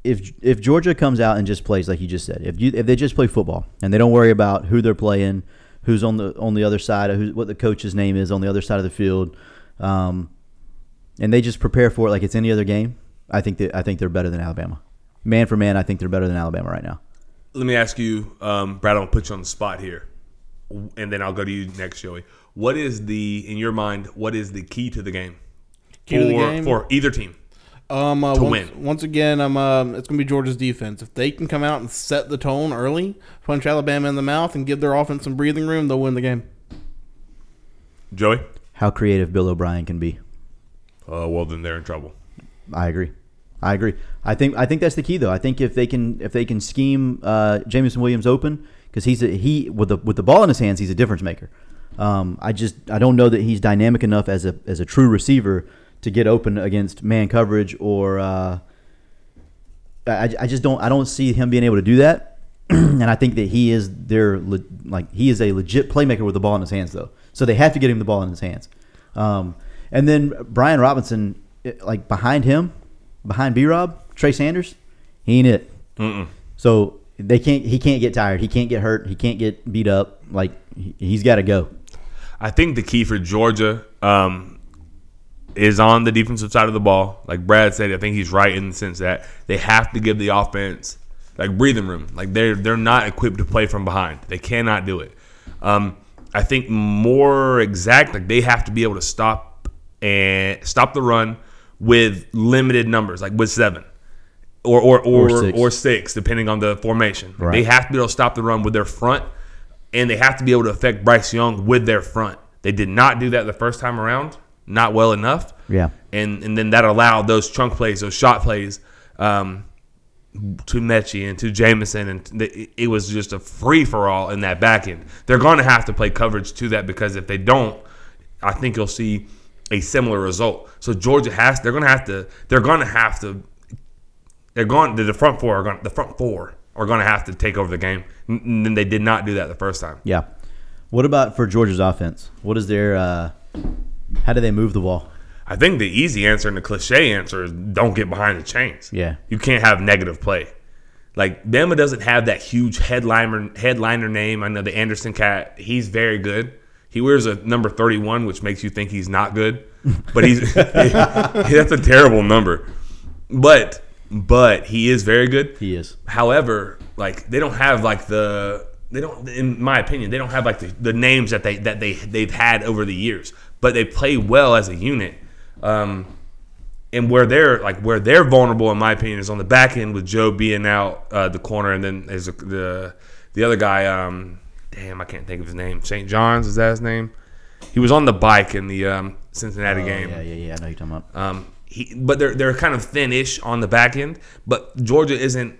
S3: if if Georgia comes out and just plays like you just said, if you if they just play football and they don't worry about who they're playing, who's on the on the other side of who, what the coach's name is on the other side of the field, um, and they just prepare for it like it's any other game, I think that I think they're better than Alabama. Man for man, I think they're better than Alabama right now.
S4: Let me ask you, um, Brad. I'll put you on the spot here, and then I'll go to you next, Joey. What is the in your mind? What is the key to the game?
S2: Key
S4: for,
S2: to the game?
S4: for either team.
S2: Um, uh,
S4: to
S2: once,
S4: win.
S2: once again, um, um, it's going to be Georgia's defense. If they can come out and set the tone early, punch Alabama in the mouth, and give their offense some breathing room, they'll win the game.
S4: Joey.
S3: How creative Bill O'Brien can be.
S4: Uh, well, then they're in trouble.
S3: I agree. I agree. I think I think that's the key though. I think if they can if they can scheme uh, Jamison Williams open because he's a, he with the with the ball in his hands he's a difference maker. Um, I just I don't know that he's dynamic enough as a as a true receiver to get open against man coverage or uh, I, I just don't I don't see him being able to do that. <clears throat> and I think that he is their le- like he is a legit playmaker with the ball in his hands though. So they have to get him the ball in his hands. Um, and then Brian Robinson it- like behind him, behind B Rob, Trey Sanders, he ain't it. So they can't he can't get tired. He can't get hurt. He can't get beat up. Like he, he's got to go.
S4: I think the key for Georgia um, is on the defensive side of the ball. Like Brad said, I think he's right in the sense that they have to give the offense like breathing room. Like they're they're not equipped to play from behind. They cannot do it. Um, I think more exact, like they have to be able to stop and stop the run with limited numbers, like with seven. Or or or, or,
S3: six.
S4: six. depending on the formation.
S3: Right.
S4: They have to be able to stop the run with their front and they have to be able to affect Bryce Young with their front. They did not do that the first time around, not well enough.
S3: Yeah.
S4: and and then that allowed those chunk plays, those shot plays, um, to Mechie and to Jamison, and the, it was just a free for all in that back end. They're going to have to play coverage to that because if they don't, I think you'll see a similar result. So Georgia has they're going to have to they're going to have to they're going. The front four are going. The front four are going to have to take over the game. And then they did not do that the first time.
S3: Yeah. What about for Georgia's offense? What is their uh, how do they move the ball?
S4: I think the easy answer and the cliche answer is don't get behind the chains.
S3: Yeah.
S4: You can't have negative play. Like Bama doesn't have that huge headliner headliner name. I know the Anderson cat, he's very good. He wears a number 31, which makes you think he's not good. But he's <laughs> that's a terrible number. But but he is very good.
S3: He is.
S4: However, like they don't have like the they don't in my opinion they don't have like the, the names that they that they they've had over the years, but they play well as a unit. Um, and where they're like where they're vulnerable, in my opinion, is on the back end with Joe being out uh, the corner, and then there's the the other guy. Um, damn, I can't think of his name. St. John's is that his name? He was on the bike in the um, Cincinnati game.
S3: Yeah, yeah, yeah. I know you're talking about.
S4: Um, he, but they're they're kind of thin-ish on the back end. But Georgia isn't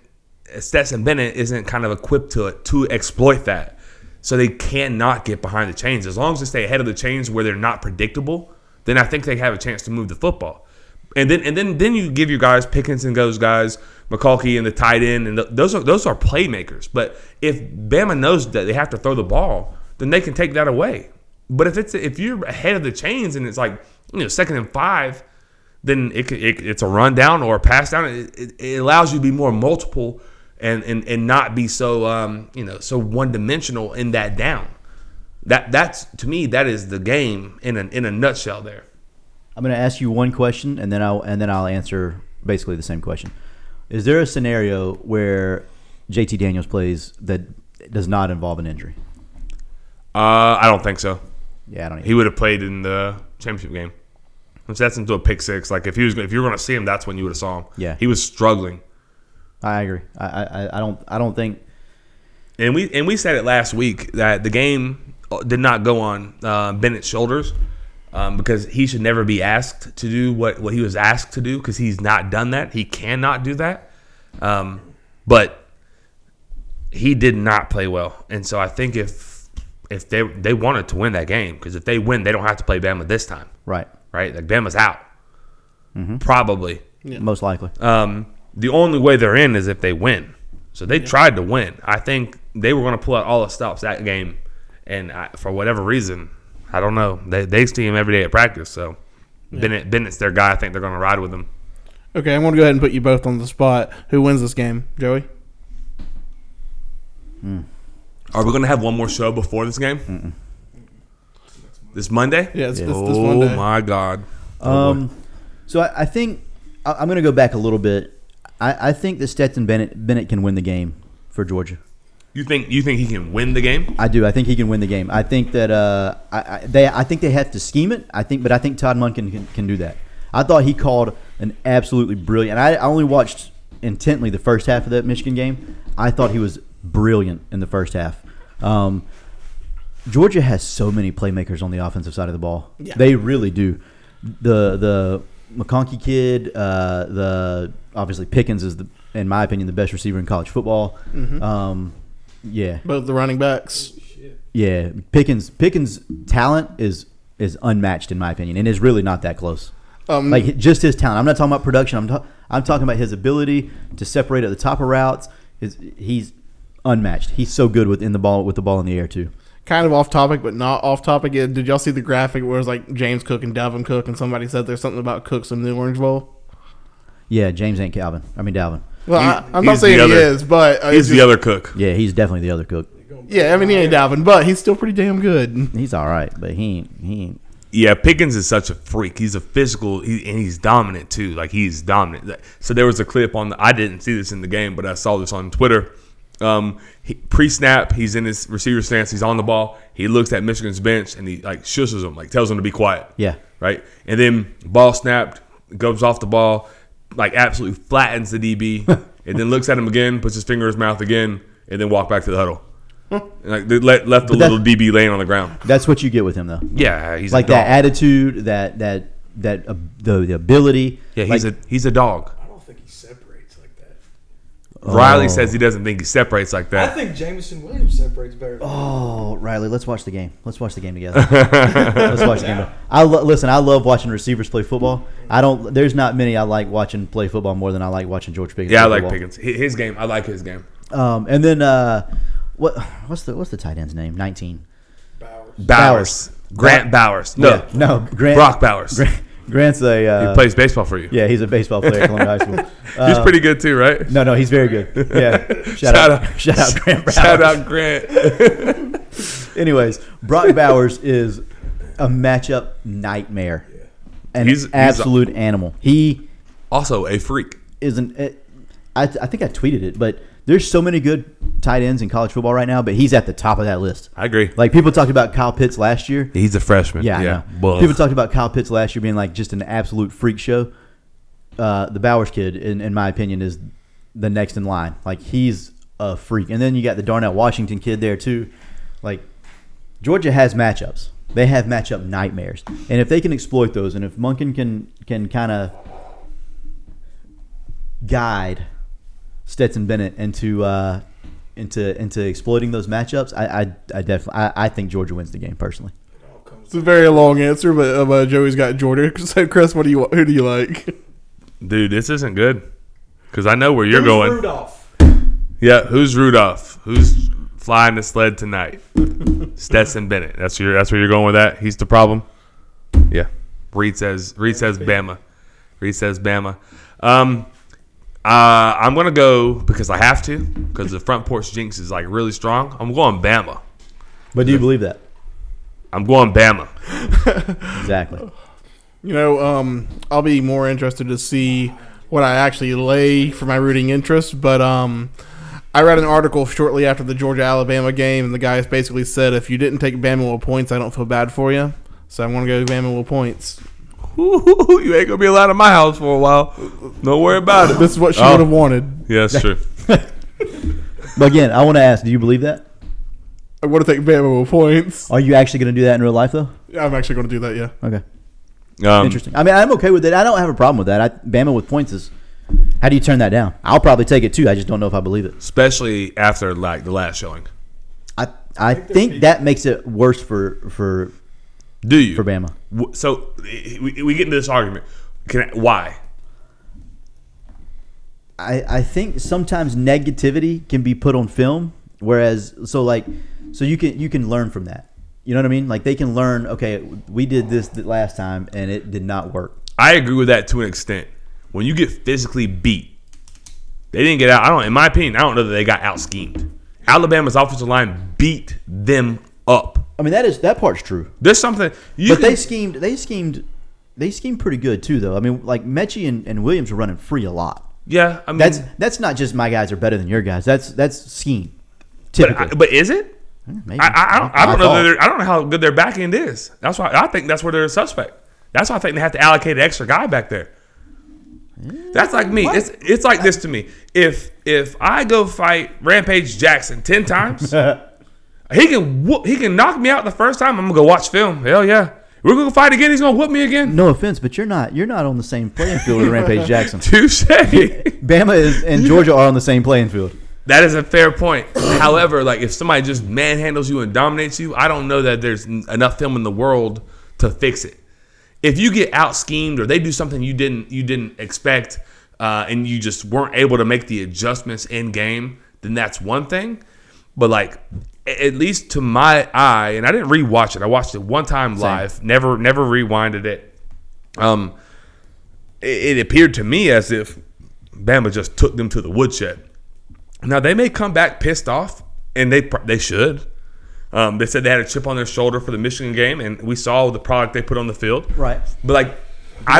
S4: Stetson Bennett isn't kind of equipped to to exploit that. So they cannot get behind the chains. As long as they stay ahead of the chains where they're not predictable, then I think they have a chance to move the football. And then and then then you give your guys Pickens and those guys McCulkey and the tight end and th those are those are playmakers. But if Bama knows that they have to throw the ball, then they can take that away. But if it's if you're ahead of the chains and it's like you know second and five, then it, could- it it's a rundown or a pass down. It, it, it allows you to be more multiple and and, and not be so um, you know so one dimensional in that down. That that's to me that is the game in a, in a nutshell. There,
S3: I'm going to ask you one question, and then I'll and then I'll answer basically the same question. Is there a scenario where JT Daniels plays that does not involve an injury?
S4: Uh, I don't think so.
S3: Yeah, I don't. Either.
S4: He would have played in the championship game. Which that's into a pick six. Like if he was, if you were going to see him, that's when you would have saw him.
S3: Yeah.
S4: he was struggling,
S3: I agree. I, I I don't I don't think
S4: and we and we said it last week that the game did not go on uh, Bennett's shoulders um, because he should never be asked to do what what he was asked to do because he's not done that. He cannot do that. Um, but he did not play well, and so I think if if they they wanted to win that game because if they win, they don't have to play Bama this time,
S3: right.
S4: right? Like Bama's out,
S2: Mm-hmm.
S4: probably.
S3: Most likely.
S4: Um, the only way they're in is if they win. So they tried to win. I think they were going to pull out all the stops that game, and I, for whatever reason, I don't know. They they see him every day at practice, so Bennett Bennett's their guy. I think they're going to ride with him.
S2: Okay, I'm gonna go ahead and put you both on the spot. Who wins this game, Joey?
S4: Are we going to have one more show before this game? This Monday?
S2: Yeah, it's- it's
S4: oh
S2: this Monday.
S4: my God.
S3: Um, so I, I think I, I'm going to go back a little bit. I, I think that Stetson Bennett Bennett can win the game for Georgia.
S4: You think you think he can win the game?
S3: I do. I think he can win the game. I think that uh, I, I, they I think they have to scheme it. I think, but I think Todd Munkin can, can do that. I thought he called an absolutely brilliant. I, I only watched intently the first half of that Michigan game. I thought he was brilliant in the first half. Um, Georgia has so many playmakers on the offensive side of the ball. They really do. The the McConkey kid, uh, the obviously Pickens is the, in my opinion, the best receiver in college football. Um, yeah,
S2: Both the running backs.
S3: yeah, Pickens Pickens talent is is unmatched in my opinion, and is really not that close.
S2: Um,
S3: like just his talent. I'm not talking about production. I'm ta- I'm talking about his ability to separate at the top of routes. His, he's unmatched. He's so good within the ball with the ball in the air too.
S2: kind of off topic, but not off topic. Yeah, Did y'all see the graphic where it was like James Cook and Dalvin Cook, and somebody said there's something about Cooks in the Orange Bowl?
S3: Yeah, James ain't Calvin. I mean Dalvin.
S2: Well,
S4: He-
S2: I, I'm not
S4: he's the
S2: saying he
S4: other-
S2: is, but uh,
S4: He's
S2: it's
S4: the
S2: just-
S4: other cook.
S3: Yeah, he's definitely the other cook.
S2: Yeah, I mean he ain't Dalvin, but he's still pretty damn good.
S3: He's all right, but he ain't he ain't.
S4: Yeah, Pickens is such a freak. He's a physical, he, and he's dominant too. Like he's dominant. Like, So there was a clip on. The, I didn't see this in the game, but I saw this on Twitter. Um, he, pre-snap, he's in his receiver stance. He's on the ball. He looks at Michigan's bench and he like shushes him, like tells him to be quiet.
S3: Yeah.
S4: right. And then ball snapped, goes off the ball, like absolutely flattens the
S3: <laughs>
S4: DB, and then looks at him again, puts his finger in his mouth again, and then walk back to the huddle. And, like they let, left the
S3: But that-
S4: little DB laying on the ground.
S3: That's what you get with him though.
S4: Yeah, he's
S3: Like
S4: a dog.
S3: that attitude, that that that uh, the the ability.
S4: Yeah, he's
S3: like,
S4: a he's a dog.
S5: I don't think he separates like that.
S4: Riley says he doesn't think he separates like
S5: I
S4: that.
S5: think Jameson Williams separates better.
S3: Oh, Riley, let's watch the game. Let's watch the game
S4: <laughs>
S3: together. let's watch the game. I lo- listen. I love watching receivers play football. I don't. There's not many I like watching play football more than I like watching George Pickens.
S4: Yeah, I
S3: play
S4: like
S3: football.
S4: Pickens. Hi- His game, I like his game.
S3: Um, and then uh, what? What's the what's the tight end's name? Nineteen.
S4: Bowers, Grant Bowers. No,
S3: Yeah, no, Grant
S4: Brock Bowers.
S3: Grant, Grant's a. Uh,
S4: he plays baseball for you.
S3: Yeah, he's a baseball player at Columbia High School.
S4: he's pretty good too, right?
S3: No, no, he's very good. Yeah,
S4: <laughs>
S3: shout,
S4: Shout
S3: out,
S4: out.
S3: shout out, Grant. Brown.
S4: Shout out Grant.
S3: Anyways, Brock
S4: <laughs>
S3: Bowers is a matchup nightmare. An
S4: He's- he's a-
S3: absolute animal. He
S4: Also a freak.
S3: isn't. It, I, I think I tweeted it, but there's so many good tight ends in college football right now, but he's at the top of that list.
S4: I agree.
S3: Like people talked about Kyle Pitts last year.
S4: He's a freshman.
S3: Yeah,
S4: yeah.
S3: I know.
S4: Bull.
S3: People talked about Kyle Pitts last year being like just an absolute freak show. Uh, the Bowers kid, in, in my opinion, is the next in line. Like he's a freak. And then you got the Darnell Washington kid there too. Like Georgia has matchups. They have matchup nightmares, and if they can exploit those, and if Munkin can can kind of guide Stetson Bennett into uh, into into exploiting those matchups, I I, I definitely I, I think Georgia wins the game personally.
S2: It's a very long answer, but um, uh, Joey's got Jordan. <laughs> So Chris, what do you who do you like?
S4: Dude, this isn't good. Because I know where you're going.
S5: Rudolph.
S4: Yeah, who's Rudolph? Who's flying the sled tonight? Stetson Bennett. That's your. That's where you're going with that. He's the problem. Yeah. Reed says. Reed says Bama. Reed says Bama. Um, uh, I'm gonna go because I have to because the front porch jinx is like really strong. I'm going Bama.
S3: But do you believe that?
S4: I'm going Bama.
S3: Exactly.
S2: You know, um, I'll be more interested to see what I actually lay for my rooting interest, but um, I read an article shortly after the Georgia Alabama game, and the guys basically said, if you didn't take Bama with points, I don't feel bad for you. So I'm going to go Bama with points.
S4: you ain't gonna be allowed in my house for a while. Don't worry about it.
S2: This is what she
S4: Oh.
S2: would have wanted. <laughs>
S4: Yeah, that's true.
S3: But again, I want to ask: Do you believe that?
S2: I want to take Bama with points.
S3: Are you actually going to do that in real life, though?
S2: I'm actually going to do that, yeah.
S3: Okay,
S4: Um,
S3: interesting. I mean, I'm okay with it. I don't have a problem with that. I, Bama with points is. How do you turn that down? I'll probably take it too. I just don't know if I believe it.
S4: Especially after like the last showing.
S3: I I think that makes it worse for for
S4: Do you
S3: for Bama.
S4: W- So we, we get into this argument. Can I, why?
S3: I, I think sometimes negativity can be put on film, whereas so like so you can you can learn from that. You know what I mean? Like they can learn. Okay, we did this th- last time and it did not work.
S4: I agree with that to an extent. When you get physically beat, they didn't get out. I don't, in my opinion, I don't know that they got out schemed. Alabama's offensive line beat them up.
S3: I mean that is that part's true.
S4: There's something you
S3: But
S4: can-
S3: they schemed they schemed they schemed pretty good too though. I mean like Mechie and, and Williams were running free a lot.
S4: yeah. I mean,
S3: That's that's not just my guys are better than your guys. That's that's scheme.
S4: but, I-
S3: Typically.
S4: but is it?
S3: Maybe.
S4: I, I, I don't, I
S3: My
S4: don't know.
S3: fault.
S4: That they're- I don't know how good their back end is. That's why I think that's where they're a suspect. That's why I think they have to allocate an extra guy back there. That's like me. It's it's like this to me. If if I go fight Rampage Jackson
S3: <laughs>
S4: ten times, he can whoop, he can knock me out the first time. I'm gonna go watch film. Hell yeah, we're gonna fight again. He's gonna whoop
S3: <laughs>
S4: me again.
S3: No offense, but you're not you're not on the same playing field with
S4: <laughs>
S3: Rampage Jackson. <laughs>
S4: Touche.
S3: Bama is, and Georgia are on the same playing field.
S4: that is a fair point. <clears throat> However, like if somebody just manhandles you and dominates you, I don't know that there's n- enough film in the world to fix it. If you get out schemed or they do something you didn't you didn't expect, uh, and you just weren't able to make the adjustments in game, then that's one thing. But like a- at least to my eye, and I didn't rewatch it. I watched it one time live. Never never rewinded it. Um, it, it appeared to me as if Bama just took them to the woodshed. Now they may come back pissed off, and they pr- they should. Um, they said they had a chip on their shoulder for the Michigan game, and we saw the product they put on the field.
S3: Right.
S4: But like, I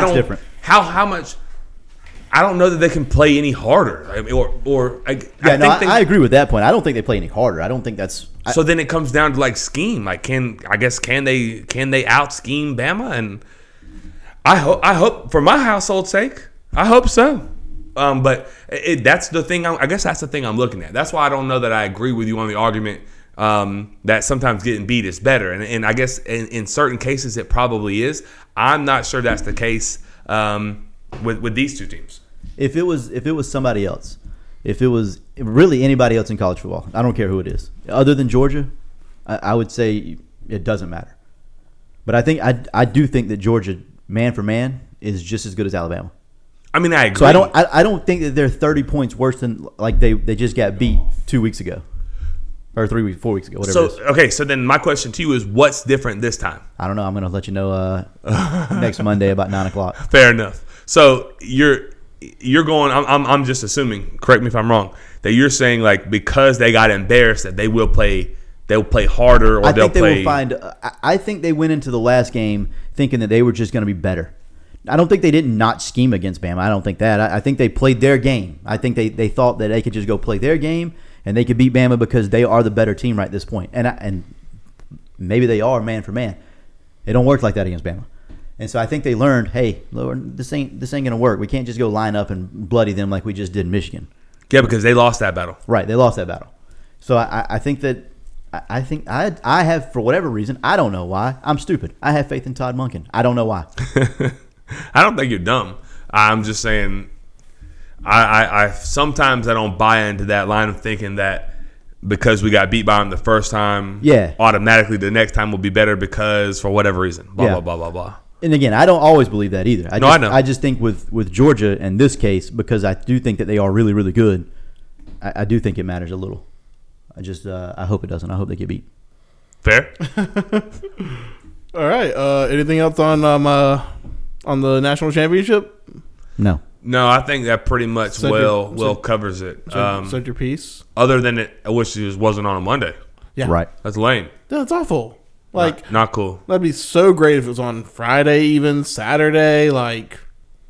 S3: That's
S4: don't
S3: different.
S4: how how much. I don't know that they can play any harder, I mean, or or I,
S3: Yeah,
S4: I
S3: no, I,
S4: think they,
S3: I agree with that point. I don't think they play any harder. I don't think that's. I,
S4: so then it comes down to like scheme. Like can I guess can they can they out scheme Bama? And I hope I hope for my household sake, I hope so. Um, but it, that's the thing. I'm, I guess that's the thing I'm looking at. That's why I don't know that I agree with you on the argument um, that sometimes getting beat is better. And, and I guess in, in certain cases it probably is. I'm not sure that's the case um, with with these two teams.
S3: if it was, if it was somebody else, if it was really anybody else in college football, I don't care who it is, other than Georgia, I, I would say it doesn't matter. But I think I, I do think that Georgia, man for man, is just as good as Alabama.
S4: I mean, I agree.
S3: So I don't, I, I don't think that they're thirty points worse than like they, they just got beat two weeks ago, or three weeks, four weeks ago, whatever.
S4: So
S3: it is.
S4: okay, so then my question to you is, what's different this time?
S3: I don't know. I'm gonna let you know uh, next Monday about nine o'clock.
S4: Fair enough. So you're you're going. I'm, I'm I'm just assuming. Correct me if I'm wrong. That you're saying like because they got embarrassed that they will play they'll play harder or
S3: I
S4: they'll
S3: think they
S4: play.
S3: will find. uh, I- I think they went into the last game thinking that they were just going to be better. I don't think they didn't not scheme against Bama. I don't think that. I, I think they played their game. I think they, they thought that they could just go play their game and they could beat Bama because they are the better team right this point. And I, and maybe they are man for man. It don't work like that against Bama. And so I think they learned, hey, Lord, this ain't this ain't going to work. We can't just go line up and bloody them like we just did in Michigan.
S4: yeah, because they lost that battle.
S3: Right, they lost that battle. So I, I- I think that I- I think I I have for whatever reason I don't know why I'm stupid. I have faith in Todd Munkin. I don't know
S4: <laughs>
S3: why.
S4: I don't think you're dumb. I'm just saying. I, I, I sometimes I don't buy into that line of thinking that because we got beat by them the first time,
S3: Yeah.
S4: automatically the next time will be better because for whatever reason, blah
S3: Yeah.
S4: blah blah blah blah.
S3: And again, I don't always believe that either. I
S4: No,
S3: just,
S4: I know.
S3: just think with with Georgia in this case because I do think that they are really really good. I, I do think it matters a little. I just uh, I hope it doesn't. I hope they get beat. <laughs>
S4: Fair.
S2: All right. Uh, anything else on um, uh, on the national championship?
S3: No.
S4: No, I think that pretty much
S2: Said your-
S4: well well
S2: said-
S4: covers it.
S2: So,
S4: Um,
S2: said your piece.
S4: other than it, I wish it was, wasn't on a Monday.
S2: Yeah.
S3: Right.
S4: That's lame.
S2: That's awful. Like
S4: Not cool.
S2: that'd be so great if it was on Friday, even Saturday. Like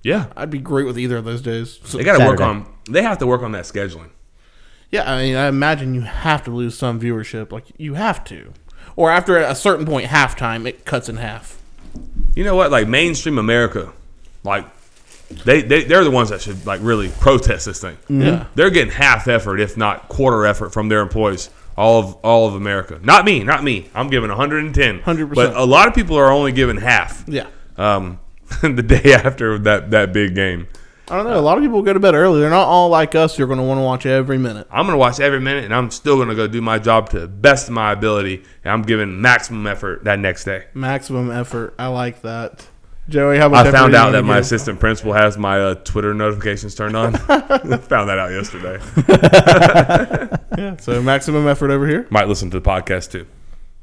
S4: Yeah.
S2: I'd be great with either of those days. So,
S4: They got to work
S3: Saturday.
S4: on. They have to work on that scheduling.
S2: yeah, I mean, I imagine you have to lose some viewership. Like you have to, or after a certain point, halftime it cuts in half.
S4: You know what? Like mainstream America, like they they they're the ones that should like really protest this thing.
S2: Yeah.
S4: They're getting half effort, if not quarter effort, from their employees. All of all of America. Not me. Not me. I'm giving 110.
S2: 100%.
S4: But a lot of people are only giving half.
S2: Yeah.
S4: Um, <laughs> the day after that that big game,
S2: I don't know. A lot of people go to bed early. They're not all like us. You're going to want to watch every minute.
S4: I'm gonna watch every minute, and I'm still gonna go do my job to the best of my ability, and I'm giving maximum effort that next day.
S2: Maximum effort. I like that. Joey, how about
S4: I found
S2: effort
S4: out
S2: you
S4: that my
S2: give?
S4: assistant principal has my uh, Twitter notifications turned on. <laughs> found that out yesterday.
S2: Yeah, so maximum effort over here.
S4: Might listen to the podcast too.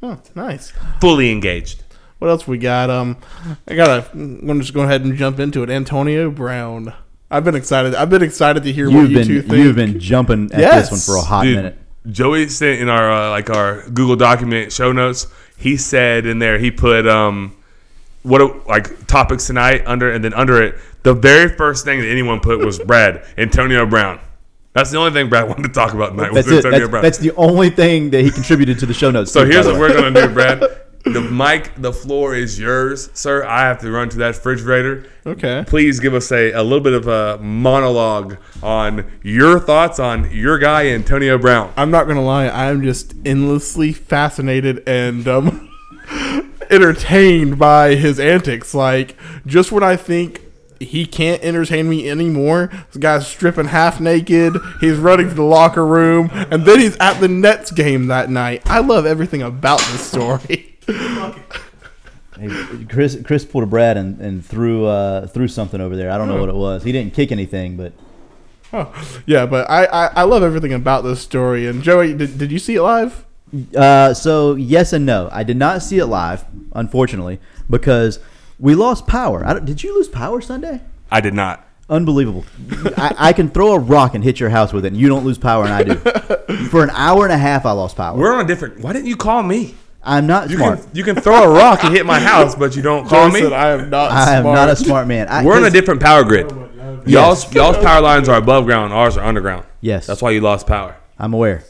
S2: Oh, nice.
S4: Fully engaged.
S2: What else we got? Um, I gotta. I'm gonna just go ahead and jump into it. Antonio Brown. I've been excited. I've been excited to hear what
S3: You've
S2: you two
S3: been
S2: think.
S3: you've been jumping at
S2: Yes.
S3: this one for a hot
S4: Dude,
S3: minute.
S4: Joey sent in our uh, like our Google document show notes. He said in there he put um what a, like topics tonight under and then under it the very first thing that anyone put was Brad <laughs> Antonio Brown. That's the only thing Brad wanted to talk about tonight was
S3: That's it.
S4: Antonio
S3: That's,
S4: Brown.
S3: that's the only thing that he contributed to the show notes.
S4: So
S3: too,
S4: here's
S3: by
S4: what
S3: the
S4: we're
S3: way.
S4: gonna do, Brad. The mic, the floor is yours, sir. I have to run to that refrigerator.
S2: <laughs> Okay.
S4: Please give us a, a little bit of a monologue on your thoughts on your guy Antonio Brown.
S2: I'm not gonna lie. I'm just endlessly fascinated and um, <laughs> entertained by his antics. Like just when I think he can't entertain me anymore, this guy's stripping half naked. He's running to the locker room, and then he's at the Nets game that night. I love everything about this story. <laughs>
S3: Hey, Chris Chris pulled a Brad and, and threw uh, threw something over there. I
S4: Hmm.
S3: don't know what it was. He didn't kick anything, but
S2: Yeah, but I, I, I love everything about this story. And Joey, did, did you see it live?
S3: Uh, so yes and no. I did not see it live, unfortunately, because we lost power. I don't, did you lose power Sunday?
S4: I did not.
S3: Unbelievable. I, I can throw a rock and hit your house with it, and you don't lose power, and I
S4: <laughs>
S3: do. For an hour and a half, I lost power.
S4: We're on a different. Why didn't you call me?
S3: I'm not
S4: You
S3: smart.
S4: can you can throw a rock and hit my house, but you don't call
S2: Joey
S4: me.
S2: said, I am not
S3: I am
S2: smart.
S3: not a smart man. I,
S4: We're on a
S3: this-
S4: different power grid. Y'all's y'all's power lines are above ground. Ours are underground.
S3: Yes.
S4: that's why you lost power.
S3: I'm aware,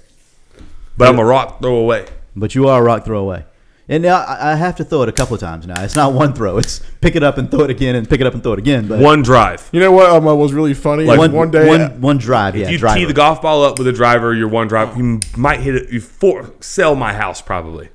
S4: But I'm a rock throw away.
S3: but you are a rock throw away. And now I I have to throw it a couple of times now. It's not one throw. It's pick it up and throw it again, and pick it up and throw it again. But
S4: One drive.
S2: <laughs> You know what um, uh, was really funny?
S4: Like uh,
S2: one, one day,
S3: one, one drive. Yeah,
S4: you
S3: drive.
S4: tee the golf ball up with a driver, you're one drive. You might hit it. You for, sell my house probably.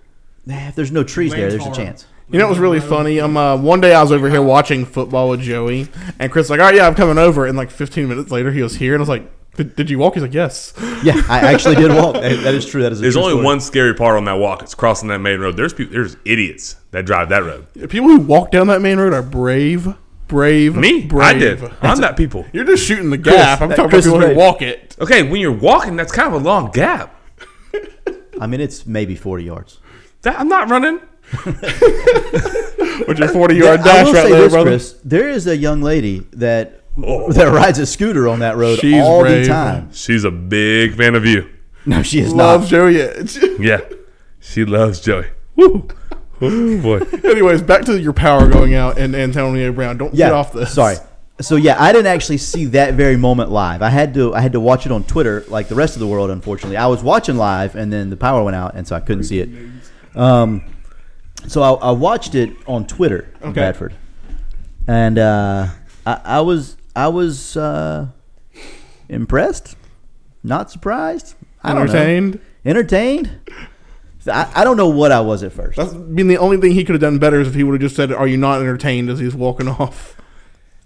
S3: Nah, if there's no trees there, there's a chance.
S2: you know what was really funny? Um, uh, one day I was over here watching football with Joey, and Chris like, all right, yeah, I'm coming over. And like 15 minutes later, he was here, and I was like, did, did you walk? He's like, yes.
S3: Yeah, I actually did walk. That that is true. That is. A
S4: There's
S3: true
S4: only
S3: story.
S4: one scary part on that walk. It's crossing that main road. There's people. There's idiots that drive that road.
S2: People who walk down that main road are brave, brave.
S4: Me,
S2: brave.
S4: I did. I'm that people.
S2: You're just shooting the gap. I'm
S3: that-
S2: talking about
S3: Chris is
S2: people who
S3: right.
S2: walk it.
S4: Okay, when you're walking, that's kind of a long gap.
S3: I mean, it's maybe 40 yards.
S4: That, I'm not running.
S2: <laughs> With your 40 yard dash right there, brother.
S3: there is a young lady that
S4: Oh.
S3: that rides a scooter on that road
S2: She's
S3: all
S2: brave.
S3: the time.
S4: She's a big fan of you.
S3: No, she is
S2: Loves
S3: not.
S2: Joey.
S4: Yeah, she loves Joey. Woo. Oh boy.
S2: <laughs> Anyways, back to your power going out and Antonio Brown. Don't
S3: Yeah,
S2: get off this.
S3: sorry. So yeah, I didn't actually see that very moment live. I had to I had to watch it on Twitter, like the rest of the world. Unfortunately, I was watching live, and then the power went out, and so I couldn't see it. Um, so I, I watched it on Twitter, in Bradford, and uh, I, I was I was uh, impressed, not surprised, I don't know.
S2: Entertained.
S3: entertained. So I, I don't know what I was at first.
S2: That's been the only thing he could have done better is if he would have just said, "Are you not entertained?" as he's walking <laughs> off.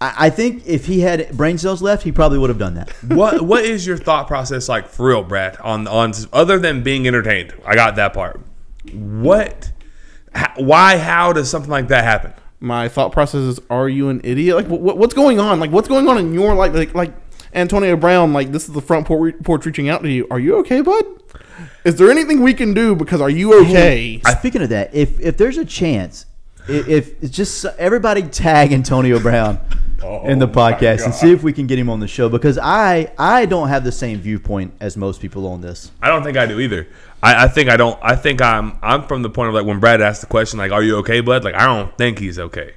S3: I, I think if he had brain cells left, he probably would have done that.
S4: what What is your thought process like for real, Brad? On on other than being entertained, I got that part. What? How, why? How does something like that happen?
S2: My thought process is, "Are you an idiot?" Like, what, what's going on? Like, what's going on in your life? Like, like Antonio Brown. Like, this is the front porch, porch reaching out to you. Are you okay, bud? Is there anything we can do? Because are you okay?
S3: Speaking of that, if if there's a chance, i- if, if just everybody tag Antonio Brown in the podcast and see if we can get him on the show because I I don't have the same viewpoint as most people on this.
S4: I don't think I do either. I, I think I don't. I think I'm. I'm from the point of like when Brad asked the question, like, "Are you okay, bud?" Like, I don't think he's okay.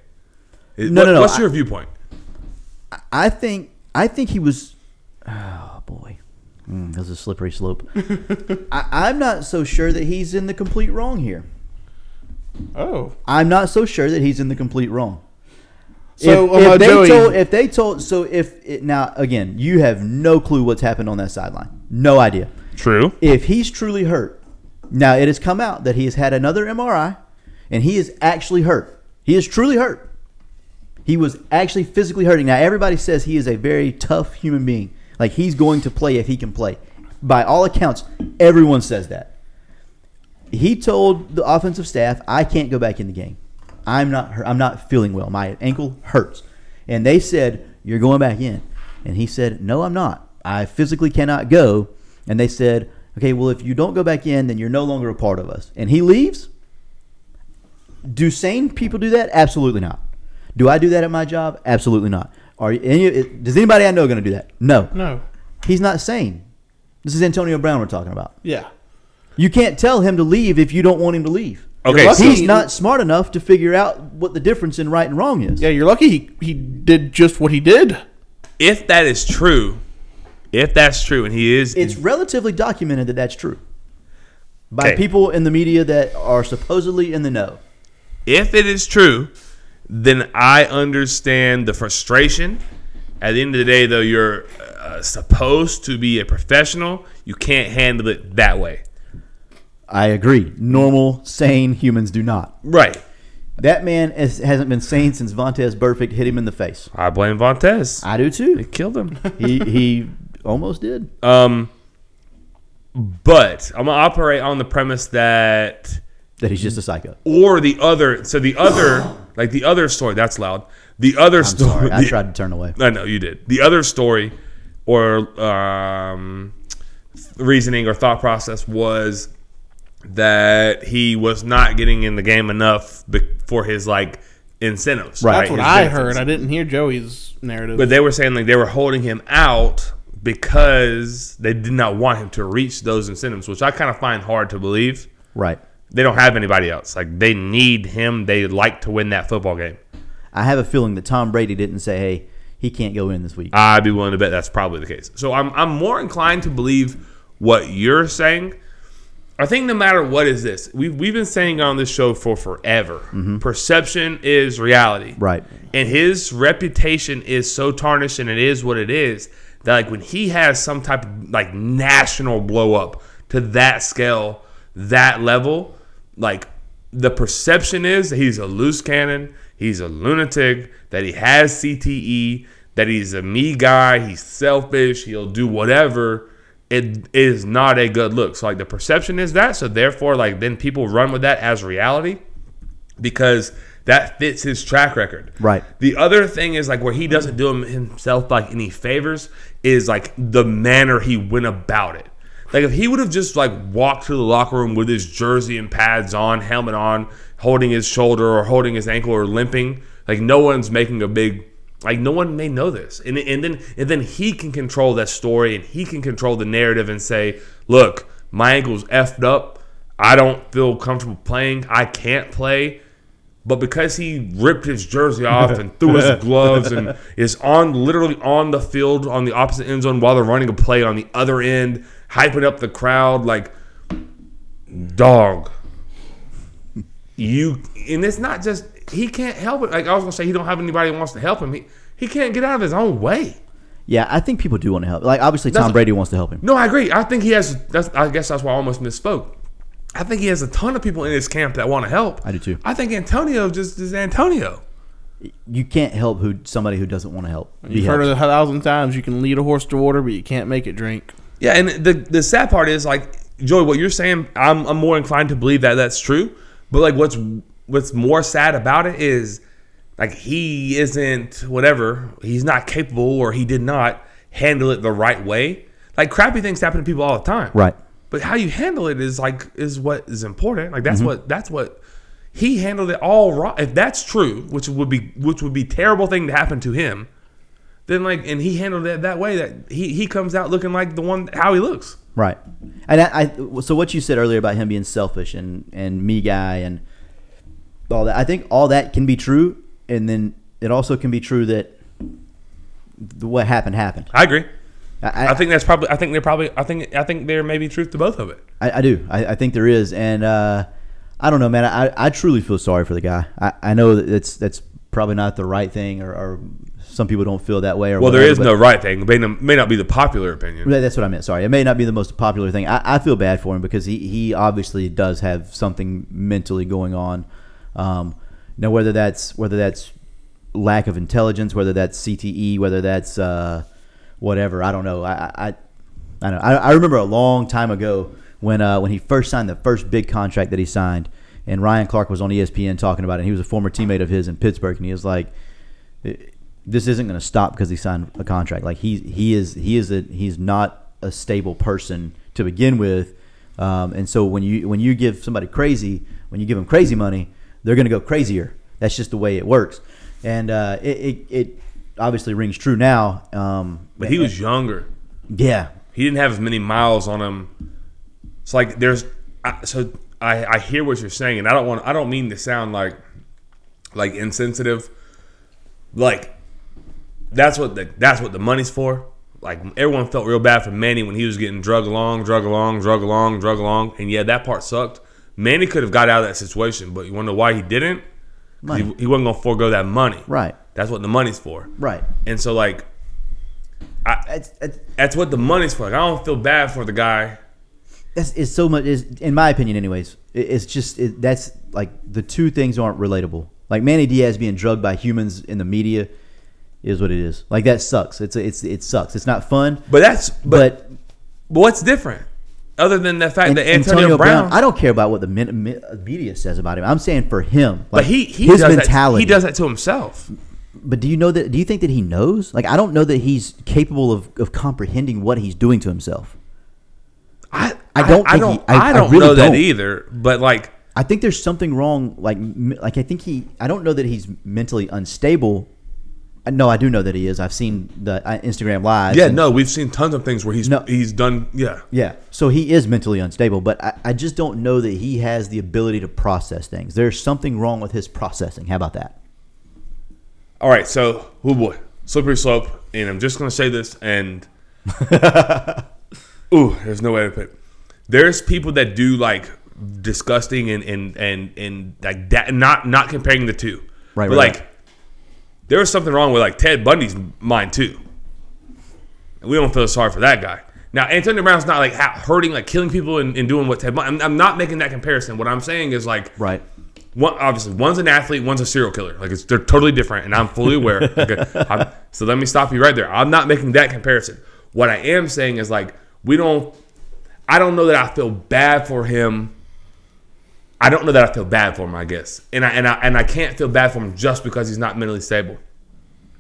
S4: It-
S3: No,
S4: what-
S3: no, no,
S4: What's
S3: I-
S4: your viewpoint?
S3: I think I think he was. Oh boy, mm, that's a slippery slope. I, I'm not so sure that he's in the complete wrong here.
S2: Oh,
S3: I'm not so sure that he's in the complete wrong.
S2: So,
S3: if, if
S2: uh,
S3: they
S2: Joey-
S3: told, if they told, so if it, now again, you have no clue what's happened on that sideline, no idea.
S4: True.
S3: If he's truly hurt, now it has come out that he has had another MRI, and he is actually hurt. He is truly hurt. He was actually physically hurting. Now everybody says he is a very tough human being. Like he's going to play if he can play. By all accounts, everyone says that he told the offensive staff, "I can't go back in the game. I'm not. hurt- I'm not feeling well. My ankle hurts." And they said, "You're going back in." And he said, "No, I'm not. I physically cannot go." And they said, "Okay, well, if you don't go back in, then you're no longer a part of us." And he leaves. Do sane people do that? Absolutely not. Do I do that at my job? Absolutely not. Are any? Does anybody I know going to do that? No.
S2: no.
S3: He's not sane. This is Antonio Brown we're talking about.
S2: Yeah.
S3: You can't tell him to leave if you don't want him to leave.
S4: Okay,
S2: lucky.
S3: He's not smart enough to figure out what the difference in right and wrong is.
S2: Yeah, you're lucky he, he did just what he did.
S4: If that is true, if that's true, and he is,
S3: It's relatively documented that that's true by
S4: Okay.
S3: people in the media that are supposedly in the know.
S4: if it is true, then I understand the frustration. At the end of the day, though, you're uh, supposed to be a professional. You can't handle it that way,
S3: I agree. Normal, sane humans do not.
S4: right?
S3: That man is, hasn't been sane since Vontez Burfict hit him in the face.
S4: I blame Vontez.
S3: I do too.
S4: It killed him. <laughs>
S3: he he almost did.
S4: um, but I'm gonna operate on the premise that
S3: That he's just a psycho.
S4: or the other. So the
S3: <gasps>
S4: other, like the other story. That's loud. The other
S3: I'm
S4: story.
S3: <laughs> sorry. I
S4: the-
S3: tried to turn away.
S4: I know you did. The other story or um, reasoning or thought process was that he was not getting in the game enough be- for his like incentives.
S3: Right.
S2: That's what
S4: His
S2: I
S4: benefits.
S2: heard. I didn't hear Joey's narrative.
S4: But they were saying like they were holding him out because they did not want him to reach those incentives, which I kind of find hard to believe.
S3: Right.
S4: They don't have anybody else. Like they need him. They like to win that football game.
S3: I have a feeling that Tom Brady didn't say, "Hey, he can't go in this week."
S4: I'd be willing to bet that's probably the case. So I'm I'm more inclined to believe what you're saying. I think no matter what is this, we've we've been saying on this show for forever. Perception is reality.
S3: Right.
S4: And his reputation is so tarnished and it is what it is that like when he has some type of like national blow up to that scale, that level, like the perception is that he's a loose cannon, he's a lunatic, that he has CTE, that he's a me guy, he's selfish, he'll do whatever. It is not a good look. So like the perception is that, so therefore like then people run with that as reality because that fits his track record.
S3: Right.
S4: The other thing is like where he doesn't do him- himself like any favors is like the manner he went about it. Like if he would have just like walked to the locker room with his jersey and pads on, helmet on, holding his shoulder or holding his ankle or limping, like no one's making a big like no one may know this. And and then and then he can control that story and he can control the narrative and say, "Look, my ankle's effed up. I don't feel comfortable playing. I can't play. But because he ripped his jersey off and
S3: <laughs>
S4: threw his gloves and is on literally on the field on the opposite end zone while they're running a play on the other end, hyping up the crowd like dog. You and it's not just he can't help it. Like I was gonna say, he don't have anybody that wants to help him. He he can't get out of his own way.
S3: Yeah, I think people do want to help. Like obviously, Tom
S4: That's-
S3: Brady wants to help him.
S4: No, I agree. I think he has. That's, I guess that's why I almost misspoke. I think he has a ton of people in his camp that want to help.
S3: I do too.
S4: I think Antonio just is Antonio.
S3: You can't help who somebody who doesn't want to help. Be
S2: You've heard
S3: helped.
S2: it a thousand times. You can lead a horse to water, but you can't make it drink.
S4: Yeah, and the the sad part is like Joey, what you're saying, I'm I'm more inclined to believe that that's true. But like, what's what's more sad about it is like he isn't whatever. He's not capable, or he did not handle it the right way. Like crappy things happen to people all the time,
S3: Right.
S4: But how you handle it is like is what is important. Like that's what that's what he handled it all wrong. If that's true, which would be which would be terrible thing to happen to him, then like and he handled it that way that he he comes out looking like the one how he looks.
S3: Right. And I, I so what you said earlier about him being selfish and and me guy and all that. I think all that can be true, and then it also can be true that th- what happened happened.
S4: I agree.
S3: I,
S4: I think that's probably. I think they're probably. I think. I think there may be truth to both of it.
S3: I, I do. I, I think there is, and uh, I don't know, man. I, I truly feel sorry for the guy. I, I know that that's that's probably not the right thing, or, or some people don't feel that way. Or
S4: Well, there
S3: whatever,
S4: is
S3: but-
S4: no right thing. It may not, may not be the popular opinion.
S3: Yeah, That's what I meant. Sorry, it may not be the most popular thing. I, I feel bad for him because he, he obviously does have something mentally going on. Um, now, whether that's whether that's lack of intelligence, whether that's CTE, whether that's uh, whatever, I don't know. I I, I- I don't know. I, I remember a long time ago when uh, when he first signed the first big contract that he signed, and Ryan Clark was on E ESPN talking about it. And he was a former teammate of his in Pittsburgh, and he was like this isn't going to stop because he signed a contract. Like he he is he is a he's not a stable person to begin with, um, and so when you when you give somebody crazy when you give them crazy money, they're going to go crazier. That's just the way it works, and uh, it, it it obviously rings true now. Um,
S4: But he was younger.
S3: yeah
S4: He didn't have as many miles on him. It's like there's. I, so I, I hear what you're saying, and I don't want. I don't mean to sound like, like insensitive. Like, that's what the that's what the money's for. Like everyone felt real bad for Manny when he was getting drug along, drug along, drug along, drug along, and yeah, that part sucked. Manny could have got out of that situation, but you wonder why he didn't. 'Cause He,
S3: Money.
S4: he wasn't gonna forego that money.
S3: right
S4: That's what the money's for.
S3: right.
S4: And so like
S3: It's, it's,
S4: that's what the money's for. Like, I don't feel bad for the guy.
S3: it's, it's so much is in my opinion anyways it, it's just it, that's like the two things aren't relatable like manny diaz being drugged by humans in the media is what it is like that sucks it's it's it sucks it's not fun
S4: But that's but,
S3: but,
S4: but what's different other than the fact
S3: An-
S4: that Antonio, Brown,
S3: i don't care about what the men, me- media says about him i'm saying for him like
S4: but he he
S3: his
S4: does
S3: mentality
S4: that, he does that to himself.
S3: but do you know that do you think that he knows like i don't know that he's capable of, of comprehending what he's doing to himself
S4: I
S3: I don't
S4: I
S3: think
S4: don't
S3: he- I-
S4: I
S3: I
S4: don't
S3: really
S4: know that
S3: don't.
S4: either. But like
S3: I think there's something wrong. Like, m- like I think he. I don't know that he's mentally unstable. Uh, No, I do know that he is. I've seen the uh, Instagram live.
S4: yeah, no, we've seen tons of things where he's
S3: No.
S4: he's done yeah.
S3: Yeah. So he is mentally unstable, but I, I just don't know that he has the ability to process things. There's something wrong with his processing. How about that?
S4: All right, so oh boy, slippery slope, and I'm just gonna say this,
S3: <laughs>
S4: and ooh, there's no way to put. It. There's people that do like disgusting and and and and like that, not not comparing the two,
S3: Right,
S4: But
S3: right,
S4: like, there was something wrong with like Ted Bundy's mind too. And we don't feel sorry for that guy. Now Antonio Brown's not like ha- hurting, like killing people and, and doing what Ted. Bundy, I'm, I'm not making that comparison. What I'm saying is like,
S3: Right.
S4: one obviously one's an athlete, one's a serial killer. Like it's, they're totally different, and I'm
S3: <laughs>
S4: fully aware. Okay, I'm- so let me stop you right there. I'm not making that comparison. What I am saying is like we don't. I don't know that I feel bad for him. I don't know that I feel bad for him. I guess, and I and I and I can't feel bad for him just because he's not mentally stable.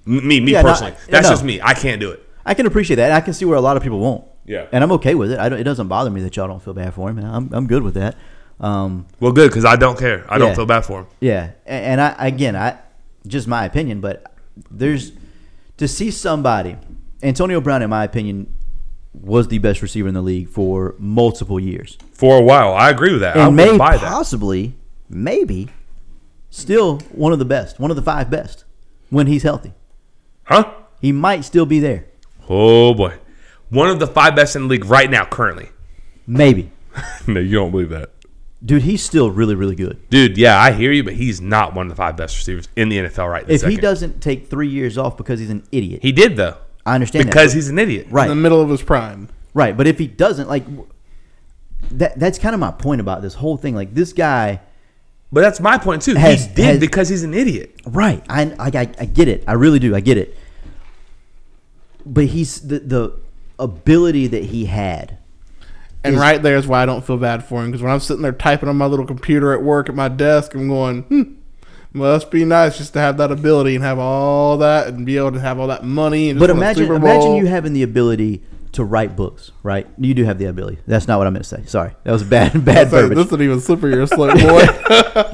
S4: M- Me, me
S3: Yeah, no,
S4: personally,
S3: I-
S4: that's
S3: no.
S4: just me. I can't do it.
S3: I can appreciate that. I can see where a lot of people won't.
S4: Yeah.
S3: And I'm okay with it. I don't, it doesn't bother me that y'all don't feel bad for him. I'm, I'm good with that. Um,
S4: Well, good because I don't care. I
S3: Yeah.
S4: don't feel bad for him.
S3: Yeah, a- and I again, I just my opinion, but there's to see somebody. Antonio Brown, in my opinion, was the best receiver in the league for multiple years,
S4: For a while, I agree with that. I
S3: and may
S4: would buy that.
S3: possibly, maybe, still one of the best, one of the five best when he's healthy.
S4: Huh?
S3: He might still be there,
S4: Oh boy, one of the five best in the league right now, currently.
S3: maybe.
S4: no, you don't believe that.
S3: Dude, he's still really, really good.
S4: Dude, yeah, I hear you, but he's not one of the five best receivers in the NFL right this
S3: If he
S4: second.
S3: doesn't take three years off because he's an idiot,
S4: He did, though.
S3: I understand
S4: Because
S3: that.
S4: he's an idiot.
S2: in
S3: right
S2: the middle of his prime.
S3: Right, but if he doesn't, like w- that that's kind of my point about this whole thing. Like this guy,
S4: But that's my point, too.
S3: Has-
S4: he did
S3: has-
S4: because he's an idiot.
S3: right? I, I I I get it. I really do. I get it. But he's the the ability that he had.
S2: And right there is why I don't feel bad for him because when I'm sitting there typing on my little computer at work at my desk, I'm going, hmm, must be nice just to have that ability and have all that and be able to have all that money. And just
S3: But
S2: win a
S3: imagine
S2: Super
S3: imagine
S2: Bowl.
S3: you having the ability to write books, right? You do have the ability. That's not what I meant to say. Sorry, that was bad <laughs> bad
S2: Say,
S3: verbiage.
S2: this isn't even slippery <laughs> or slow, boy.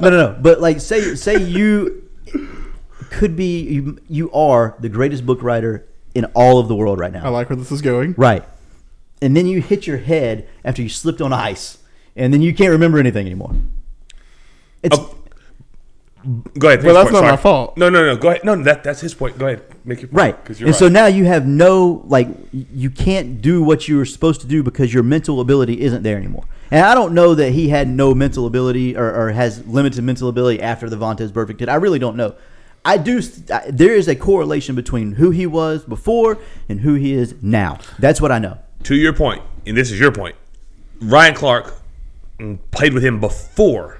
S3: no, no, no. But like, say say you could be you, you are the greatest book writer in all of the world right now.
S2: I like where this is going.
S3: Right. and then you hit your head after you slipped on ice, and then you can't remember anything anymore. It's
S4: Oh, Go ahead.
S2: Well,
S4: his
S2: that's not my fault.
S4: No, no, no. Go ahead. No, that that's his point. Go ahead. Make your point.
S3: right,
S4: Because
S3: and
S4: you're right.
S3: so now you have no like y- you can't do what you were supposed to do because your mental ability isn't there anymore. And I don't know that he had no mental ability or, or has limited mental ability after the Vontez perfect hit. I really don't know. I do. st- I, there is a correlation between who he was before and who he is now. That's what I know.
S4: to your point, and this is your point. Ryan Clark mm, played with him before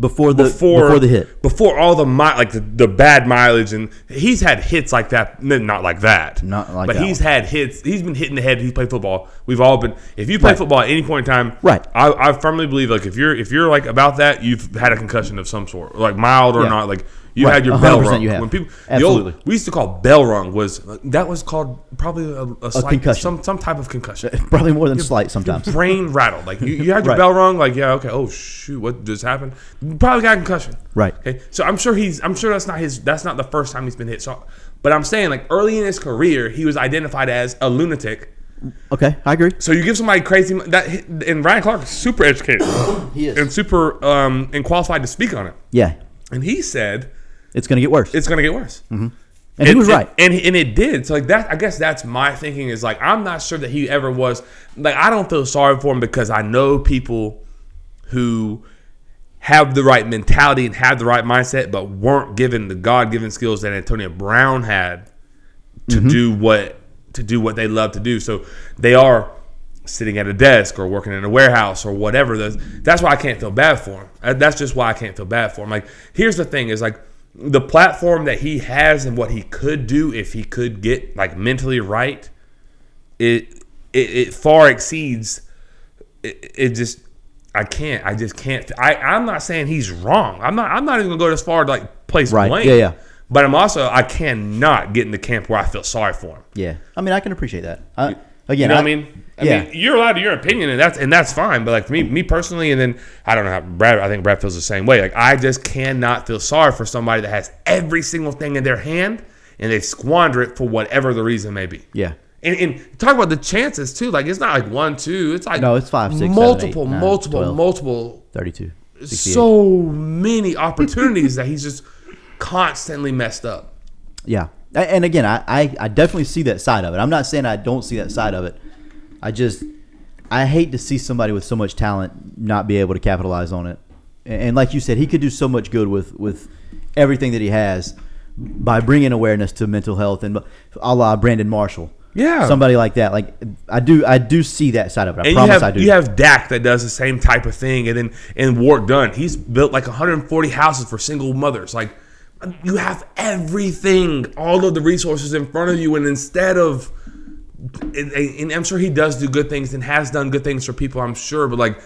S3: Before the
S4: before,
S3: before the hit,
S4: before all the mi- like the, the bad mileage and he's had hits like that no, not like that
S3: Not like
S4: but
S3: that
S4: he's had hits he's been hitting the head he's played football we've all been if you play
S3: Right.
S4: football at any point in time
S3: Right.
S4: I, I firmly believe like if you're if you're like about that you've had a concussion of some sort like mild or
S3: Yeah.
S4: not like you
S3: Right.
S4: had your bell
S3: 100%
S4: rung
S3: you have.
S4: when people the
S3: Absolutely.
S4: old, we used to call bell rung was that was called probably a, a, slight,
S3: concussion.
S4: some some type of concussion
S3: probably more than slight sometimes.
S4: <laughs> brain rattled. Like you, you had your
S3: Right.
S4: bell rung. Like yeah, okay. Oh shoot, what just happened? Probably got a concussion.
S3: Right.
S4: Okay. So I'm sure he's. I'm sure that's not his. That's not the first time he's been hit. So, but I'm saying like early in his career, he was identified as a lunatic.
S3: Okay, I agree.
S4: So you give somebody crazy mo- that and Ryan Clark is super educated.
S3: <coughs> He is.
S4: and super um and qualified to speak on it.
S3: Yeah,
S4: And he said
S3: it's going to get worse.
S4: it's gonna get worse.
S3: and he was right.
S4: And, and and it did. So like that, I guess that's my thinking is like I'm not sure that he ever was. Like I don't feel sorry for him because I know people who have the right mentality and have the right mindset, but weren't given the God given skills that Antonio Brown had to do what to do what they love to do. So they are sitting at a desk or working in a warehouse or whatever. That's, that's why I can't feel bad for him. Uh, That's just why I can't feel bad for him. Like here's the thing: is like the platform that he has and what he could do if he could get like mentally right. It it, it far exceeds. It, it just. I can't. I just can't. I, I'm not saying he's wrong. I'm not. I'm not even gonna go as far to like place
S3: Right.
S4: blame.
S3: Yeah, yeah.
S4: But I'm also I cannot get in the camp where I feel sorry for him.
S3: Yeah, I mean, I can appreciate that. I,
S4: You
S3: again,
S4: know what I mean? I
S3: yeah,
S4: mean, you're allowed to your opinion, and that's and that's fine. But like for me, me personally, and then I don't know how Brad. I think Brad feels the same way. Like I just cannot feel sorry for somebody that has every single thing in their hand and they squander it for whatever the reason may be.
S3: Yeah.
S4: And, and talk about the chances too. Like it's not like one, two. It's like
S3: No, it's five, six, seven, eight,
S4: multiple,
S3: nine,
S4: multiple,
S3: 12.
S4: multiple
S3: 32. 68.
S4: so many opportunities that he's just constantly messed up.
S3: yeah, A- and again, I, I, I definitely see that side of it. I'm not saying I don't see that side of it. I just I hate to see somebody with so much talent not be able to capitalize on it. And, and like you said, he could do so much good with with everything that he has by bringing awareness to mental health and a la Brandon Marshall.
S4: Yeah.
S3: somebody like that. Like I do, I do see that side of it. I
S4: And you
S3: promise
S4: have
S3: I do.
S4: you have Dak that does the same type of thing, and then and Ward Dunn, he's built like 140 houses for single mothers. Like you have everything, all of the resources in front of you, and instead of and, and and I'm sure he does do good things and has done good things for people, I'm sure, but like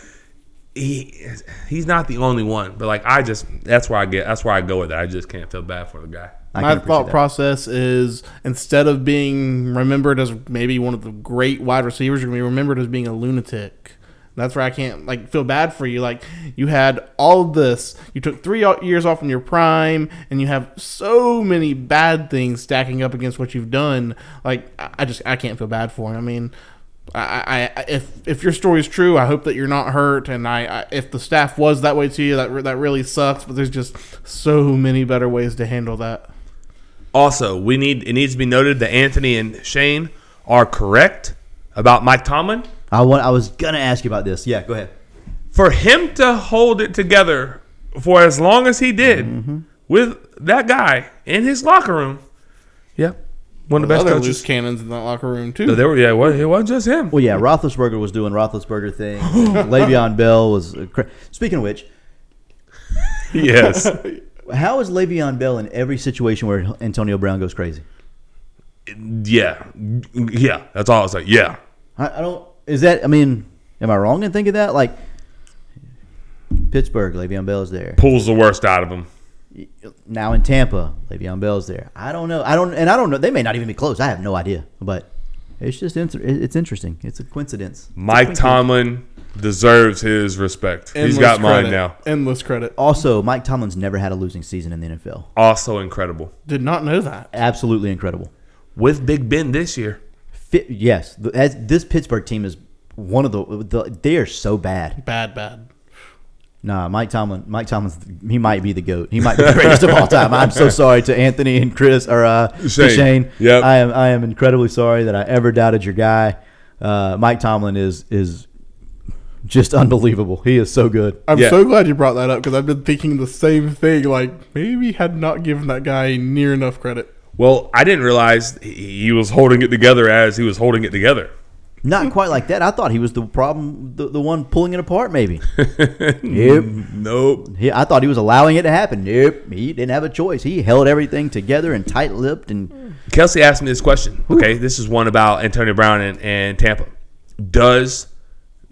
S4: he he's not the only one. But like I just that's where I get that's where I go with it. I just can't feel bad for the guy.
S3: I
S2: My
S3: can appreciate
S2: thought
S3: that.
S2: process is instead of being remembered as maybe one of the great wide receivers, you're gonna be remembered as being a lunatic. And That's where I can't like feel bad for you. Like you had all this, you took three o- years off in your prime, and you have so many bad things stacking up against what you've done. Like I I just I can't feel bad for him. I mean, I, I I- if if your story is true, I hope that you're not hurt. And I, I if the staff was that way to you, that re- that really sucks. But there's just so many better ways to handle that.
S4: Also, we need it needs to be noted that Anthony and Shane are correct about Mike Tomlin.
S3: I want. I was gonna ask you about this. Yeah, go ahead.
S4: for him to hold it together for as long as he did with that guy in his locker room. Yeah, one of the best
S2: other
S4: coaches.
S2: loose cannons in that locker room too.
S4: No, there were, yeah, it wasn't, it wasn't just him.
S3: <laughs> Well, yeah, Roethlisberger was doing Roethlisberger <laughs> thing. Le'Veon Bell was. Cra- Speaking of which,
S4: Yes,
S3: how is Le'Veon Bell in every situation where Antonio Brown goes crazy?
S4: yeah, yeah. That's all I was like. Yeah,
S3: I, I don't. Is that? I mean, am I wrong in thinking that? Like Pittsburgh, Le'Veon Bell's there.
S4: pulls the worst out of him.
S3: Now in Tampa, Le'Veon Bell's there. I don't know. I don't, and I don't know. They may not even be close. I have no idea. But it's just inter- it- it's interesting. It's a coincidence.
S4: Mike Tomlin deserves his respect. He's got mine
S2: credit.
S4: now.
S2: Endless credit.
S3: Also, Mike Tomlin's never had a losing season in the NFL.
S4: Also incredible
S2: Did not know that.
S3: Absolutely incredible.
S4: with Big Ben this year.
S3: Fi yes, th- as, this Pittsburgh team is one of the, the they are so bad.
S2: Bad, bad.
S3: Nah, Mike Tomlin. Mike Tomlin's he might be the goat. He might be the greatest of all time. I'm so sorry to Anthony and Chris or uh, to
S4: Shane.
S3: Shane.
S4: Yep.
S3: I am I am incredibly sorry that I ever doubted your guy. Uh, Mike Tomlin is is just unbelievable. He is so good.
S2: I'm
S4: Yeah.
S2: so glad you brought that up because I've been thinking the same thing. Like maybe had not given that guy near enough credit.
S4: Well, I didn't realize he he was holding it together as he was holding it together.
S3: Not quite like that. I thought he was the problem, the, the one pulling it apart. Maybe. Nope.
S4: Nope.
S3: He, I thought he was allowing it to happen. Nope, he didn't have a choice. He held everything together and tight-lipped,
S2: Hmm.
S3: and
S4: Kelsey asked me this question. Okay, this is one about Antonio Brown and, and Tampa. Does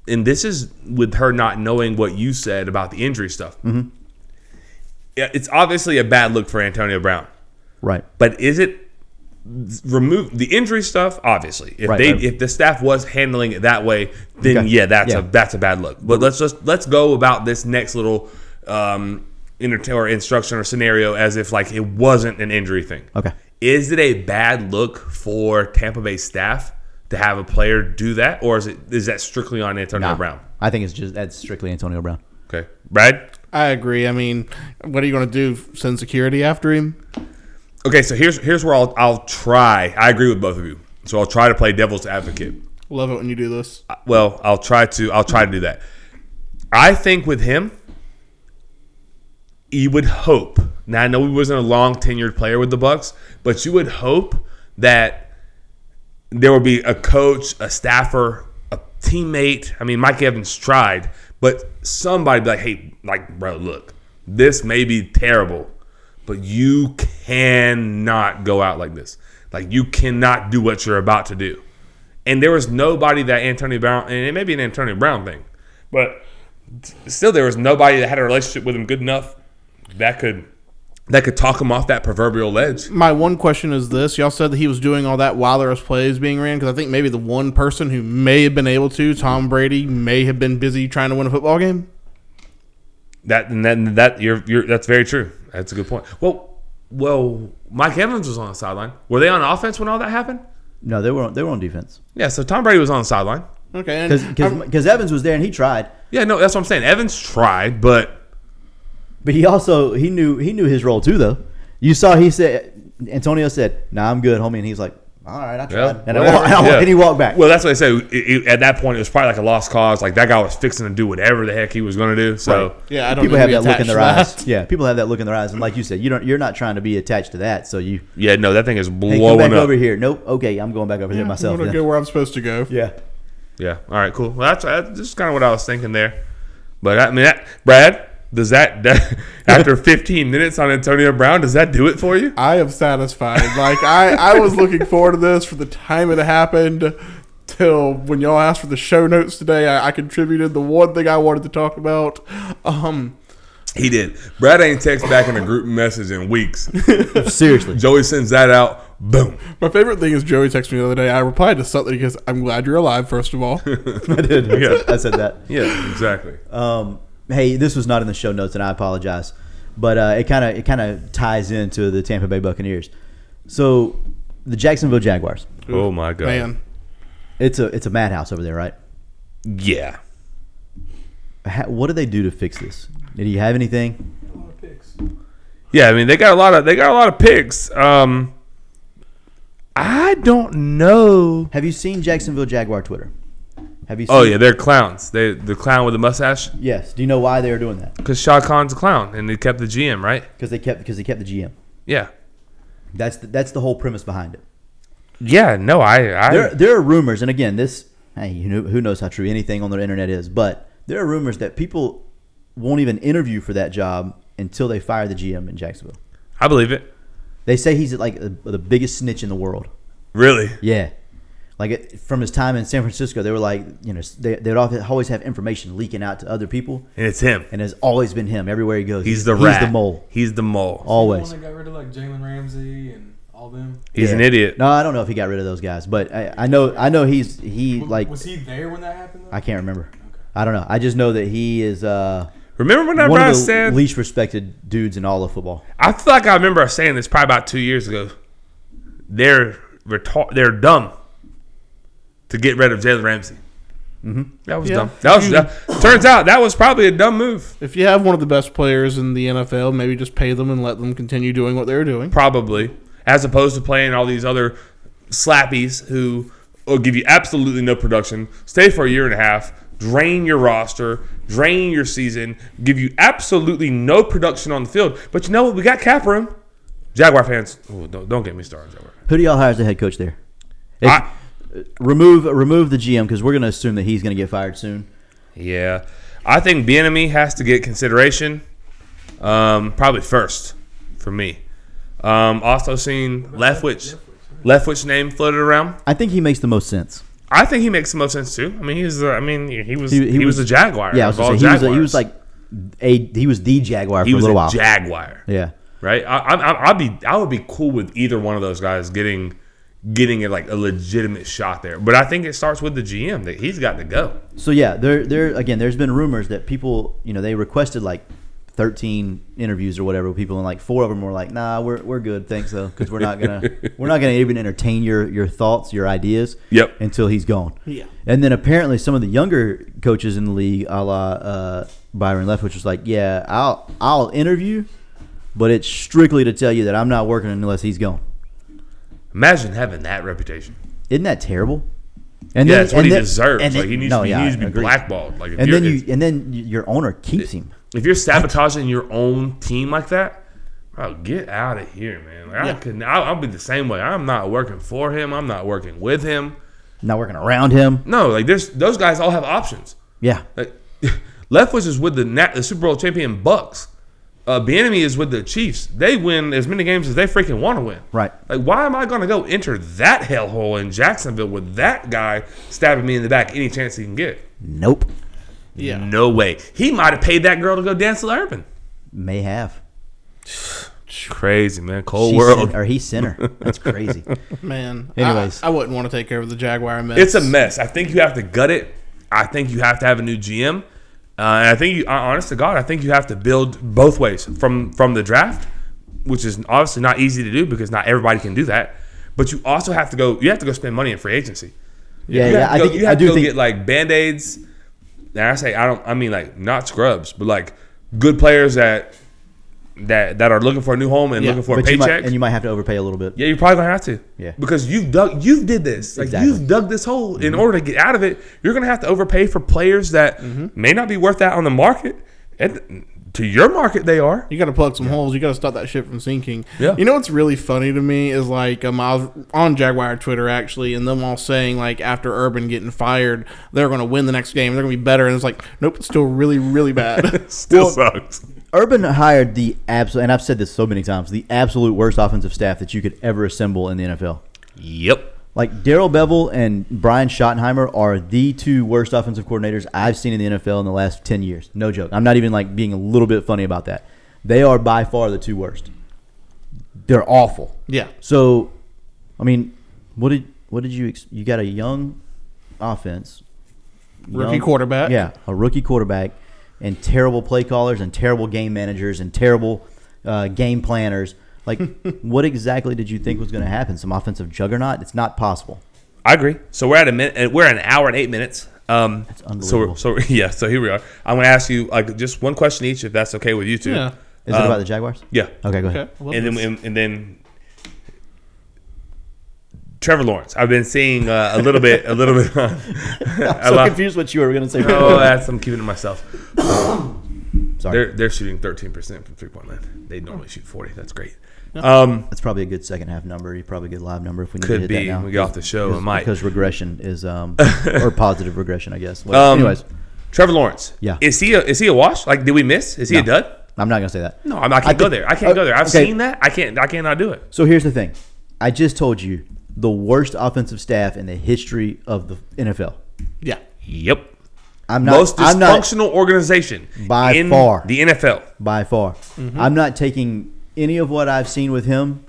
S4: and this is with her not knowing what you said about the injury stuff.
S3: Mm-hmm.
S4: Yeah, it's obviously a bad look for Antonio Brown.
S3: right.
S4: But is it remove the injury stuff? Obviously, if
S3: Right,
S4: they
S3: right.
S4: if the staff was handling it that way, then
S3: Okay.
S4: yeah, that's
S3: Yeah.
S4: a that's a bad look. But let's just let's go about this next little um, inter- or instruction or scenario as if like it wasn't an injury thing.
S3: Okay.
S4: is it a bad look for Tampa Bay staff to have a player do that, or is it is that strictly on Antonio
S3: Nah.
S4: Brown?
S3: Ah. I think it's just that's strictly Antonio Brown.
S4: Okay, Brad.
S2: I agree. I mean, what are you going to do? Send security after him?
S4: Okay, so here's here's where I'll I'll try. I agree with both of you, so I'll try to play devil's advocate.
S2: Love it when you do this.
S4: well i'll try to i'll try to do that i think with him you would hope now i know he wasn't a long tenured player with the bucks but you would hope that there would be a coach a staffer a teammate i mean mike evans tried but somebody be like hey like bro look this may be terrible but you cannot go out like this like you cannot do what you're about to do and there was nobody that Antonio Brown, and it may be an Antonio Brown thing, but still there was nobody that had a relationship with him good enough that could that could talk him off that proverbial ledge.
S2: My one question is this: Y'all said that he was doing all that while there was plays being ran because I think maybe the one person who may have been able to, Tom Brady, may have been busy trying to win a football game.
S4: That and then that you're you're that's very true. That's a good point. Well, well, Mike Evans was on the sideline. Were they on offense when all that happened?
S3: No, they were on, they were on defense
S4: Yeah, so Tom Brady was on the sideline.
S2: Okay, and
S4: Hmm.
S2: I'm-
S3: because Evans was there and he tried,
S4: Yeah, no, that's what I'm saying. Evans tried, but
S3: but he also he knew he knew his role too. Though you saw he said Antonio said, "Nah, I'm good, homie," and he's like, "All right, I
S4: Yeah,
S3: tried," and, I <laughs>
S4: whatever.
S3: wa- and I wa-
S4: Yeah.
S3: and he walked back.
S4: Well, that's what I said. It- it- at that point, it was probably like a lost cause. Like that guy was fixing to do whatever the heck he was going to do. So.
S3: Right.
S2: yeah, I don't.
S3: people
S2: need
S3: have
S2: to
S3: that
S2: be
S3: look in
S2: attached
S3: their
S2: to that.
S3: eyes. Yeah, people have that look in their eyes, and like you said, you don't you're not trying to be attached to that, so you
S4: Yeah, no, that thing is
S3: hey,
S4: blowing
S3: come back
S4: up.
S3: over here. Nope, okay, I'm going back over there
S2: I'm
S3: myself.
S2: gonna
S3: then.
S2: go where I'm supposed to go.
S3: Yeah.
S4: Yeah. All right. Cool. Well, that's, uh, that's just kind of what I was thinking there. But I mean, that, Brad, does that, <laughs> that after 15 minutes on Antonio Brown, does that do it for you?
S2: I am satisfied. Like I, I was looking forward to this from the time it happened till when y'all asked for the show notes today. I, I contributed the one thing I wanted to talk about. Um,
S4: He did. Brad ain't text back in a group message in weeks.
S3: Seriously.
S4: Joey sends that out. Boom.
S2: my favorite thing is Joey texted me the other day. I replied to something because I'm glad you're alive. First of
S4: <laughs>
S2: all,
S3: <laughs> I did.
S4: Yeah.
S3: I said that.
S4: Yeah. Exactly.
S3: Um, hey, this was not in the show notes, and I apologize, but uh, it kind of it kind of ties into the Tampa Bay Buccaneers. So the Jacksonville Jaguars.
S4: oh my god.
S2: man,
S3: It's a it's a madhouse over there, right?
S4: Yeah.
S3: Ha what do they do to fix this? Did you have anything?
S4: Yeah. I mean, they got a lot of they got a lot of picks. Um, I don't know.
S3: Have you seen Jacksonville Jaguar Twitter? Have you? Seen
S4: Oh yeah, they're clowns. They the clown with the mustache
S3: Yes. Do you know why they were doing that?
S4: because Shah Khan's a clown and they kept the GM right.
S3: Because they kept because they kept the GM.
S4: Yeah.
S3: That's the, that's the whole premise behind it.
S4: Yeah. No, I I
S3: there, there are rumors, and again, this hey, you know, who knows how true anything on the internet is, but there are rumors that people won't even interview for that job until they fire the GM in Jacksonville.
S4: I believe it.
S3: They say he's like the, the biggest snitch in the world.
S4: Really?
S3: Yeah, like it, from his time in San Francisco, they were like, you know, they, they'd al- always have information leaking out to other people,
S4: And it's him.
S3: and it's always been him everywhere he goes.
S4: He's the
S3: he's
S4: rat.
S3: the mole,
S4: He's the mole. Oh,
S3: always.
S5: The one that got rid of like Jalen Ramsey and all them.
S4: He's an
S3: Yeah.
S4: idiot.
S3: No, I don't know if he got rid of those guys, but I, I know, I know he's he
S5: Was-
S3: like
S5: was he there when that happened? Though?
S3: I can't remember. I don't know. I just know that he is. uh
S4: Remember when I
S3: one
S4: Brian
S3: of the
S4: said?
S3: least respected dudes in all of football.
S4: I feel like I remember saying this probably about two years ago. They're retar- They're dumb. to get rid of Jalen Ramsey. Mm-hmm. That was dumb. That was. that- turns out that was probably a dumb move.
S2: If you have one of the best players in the NFL, maybe just pay them and let them continue doing what they're doing.
S4: probably, as opposed to playing all these other slappies who will give you absolutely no production, stay for a year and a half, drain your roster, drain your season, give you absolutely no production on the field. But you know what? We got cap room. Jaguar fans, ooh, don't, don't get me started. Jaguar. fans.
S3: Who do y'all hire as the head coach there? If-
S4: I-
S3: remove remove the GM because we're going to assume that he's going to get fired soon.
S4: yeah, I think Bienemy has to get consideration, um, probably first for me. Um, also seen Leftwich, Leftwich name floated around.
S3: I think he makes the most sense.
S4: I think he makes the most sense too. I mean, he's uh, I mean, he was
S3: He-
S4: he,
S3: he was-
S4: was, a jaguar.
S3: Yeah, I was
S4: of all
S3: gonna say, he was a- he
S4: Jaguars.
S3: was like a he was the Jaguar for
S4: he
S3: a
S4: was
S3: little
S4: a
S3: while.
S4: jaguar.
S3: yeah,
S4: Right. I, I, I- I'd be I would be cool with either one of those guys getting getting a, like a legitimate shot there. But I think it starts with the GM that he's got to go.
S3: So yeah, there there again, there's been rumors that people, you know, they requested like 13 interviews or whatever with people, and like four of them were like, "Nah, we're, we're good, thanks though, because we're not
S4: <laughs>
S3: gonna we're not gonna even entertain your your thoughts, your ideas,
S4: Yep.
S3: until he's gone."
S2: Yeah.
S3: and then apparently some of the younger coaches in the league, a la uh, Byron Leftwich, was like, "Yeah, I'll I'll interview, but it's strictly to tell you that I'm not working unless he's gone."
S4: Imagine having that reputation.
S3: Isn't that terrible? And
S4: Yeah, that's what he
S3: then-
S4: deserves.
S3: and
S4: Like
S3: then-
S4: he needs,
S3: no,
S4: he
S3: yeah,
S4: needs to be
S3: agreed.
S4: blackballed. Like if
S3: And
S4: you're,
S3: then you
S4: if,
S3: and then y- your owner keeps him.
S4: if you're sabotaging your own team like that, bro, get out of here, man. Like I could I'll, I'll be the same way. I'm not working for him. I'm not working with him.
S3: not working around him.
S4: No, like there's those guys all have options.
S3: Yeah.
S4: Like, <laughs> Leftwich is with the, Na- the Super Bowl champion Bucks. Uh, Bienemy is with the Chiefs. They win as many games as they freaking want to win.
S3: Right.
S4: Like, why am I going to go enter that hellhole in Jacksonville with that guy stabbing me in the back any chance he can get?
S3: Nope.
S2: Yeah.
S4: No way. He might have paid that girl to go dance to Urban.
S3: May have.
S4: Crazy man, cold
S3: She's
S4: world.
S3: sin- or he's sinner. That's
S4: <laughs>
S3: crazy.
S2: Man.
S3: Anyways.
S2: I, I wouldn't want to take over the Jaguar mess.
S4: Mm-hmm. It's a mess. I think you have to gut it. I think you have to have a new GM. Uh, and I think, you, uh, honest to God, I think you have to build both ways from from the draft, which is obviously not easy to do because not everybody can do that. But you also have to go. You have to go spend money in free agency.
S3: Yeah,
S4: You
S3: yeah.
S4: have
S3: I
S4: to go-
S3: think
S4: you
S3: I
S4: have to
S3: do
S4: go
S3: think.
S4: get like band aids. Now I say I don't. I mean like not scrubs, but like good players that that that are looking for a new home and
S2: Yeah,
S4: looking for a
S3: but you
S4: paycheck.
S3: might, and you might have to overpay a little bit.
S4: Yeah, you're probably gonna have to.
S3: Yeah.
S4: Because you've dug, you've did this. Like
S3: Exactly. Mm-hmm.
S4: you've dug this hole. In order to get out of it, you're gonna have to overpay for players that
S3: Mm-hmm.
S4: may not be worth that on the market. And to your market, they are.
S2: You got to plug some holes. You got to stop that shit from sinking.
S4: Yeah.
S2: You know what's really funny to me is like um, I was on Jaguar Twitter actually, and them all saying like after Urban getting fired, they're going to win the next game. They're going to be better, and it's like nope, it's still really really
S4: <laughs>
S2: bad.
S4: Still sucks.
S3: Urban hired the absolute, and I've said this so many times, the absolute worst offensive staff that you could ever assemble in the NFL.
S4: Yep.
S3: Like Daryl Bevell and Brian Schottenheimer are the two worst offensive coordinators I've seen in the NFL in the last ten years. No joke. I'm not even like being a little bit funny about that. They are by far the two worst. They're awful.
S2: yeah.
S3: So, I mean, what did what did you ex- you got a young offense,
S2: Rookie
S3: young-
S4: Uh,
S2: quarterback.
S3: yeah, a rookie quarterback, and terrible play callers and terrible game managers and terrible uh, game planners.
S4: <laughs>
S3: Like, what exactly did you think was going to happen? Some offensive juggernaut? It's not possible.
S4: I agree. So we're at a minute. We're at an hour and eight minutes. Um, that's
S3: unbelievable.
S4: So, <laughs> we're- so yeah. So here we are. I'm gonna ask you like just one question each, if that's okay with you two.
S2: Yeah.
S3: Is
S4: Um,
S3: it about the Jaguars?
S4: Yeah.
S3: Okay, go <laughs> ahead.
S2: Okay. Well,
S4: and then and, and then Trevor Lawrence. I've been seeing uh, a little bit, a little bit. <laughs>
S3: <laughs>
S4: a
S3: So
S4: lot-
S3: confused what you were going to say.
S4: Oh, that's I'm keeping it to myself.
S3: Sorry,
S4: They're they're shooting 13 percent from three point line. They normally shoot 40. That's great. Um,
S3: that's probably a good second half number. You probably a good live number if we need to
S4: could
S3: hit
S4: be
S3: that now.
S4: when we get off the show. It might.
S3: because regression is
S4: <laughs>
S3: um or positive regression, I guess. Whatever.
S4: Um,
S3: Anyways,
S4: Trevor Lawrence.
S3: Yeah.
S4: Is he a, is he a wash? Like, did we miss? Is he a
S3: No.
S4: dud?
S3: I'm not going to say that.
S4: No, I'm, I can't go
S3: think-
S4: there. I can't go there. I've
S3: okay.
S4: seen that. I can't. I cannot do it.
S3: So here's the thing. I just told you the worst offensive staff in the history of the NFL.
S2: Yeah.
S4: Yep.
S3: I'm not
S4: Most
S3: I'm not
S4: dysfunctional organization
S3: By
S4: in
S3: far.
S4: the NFL.
S3: by far.
S4: Mm-hmm.
S3: I'm not taking any of what I've seen with him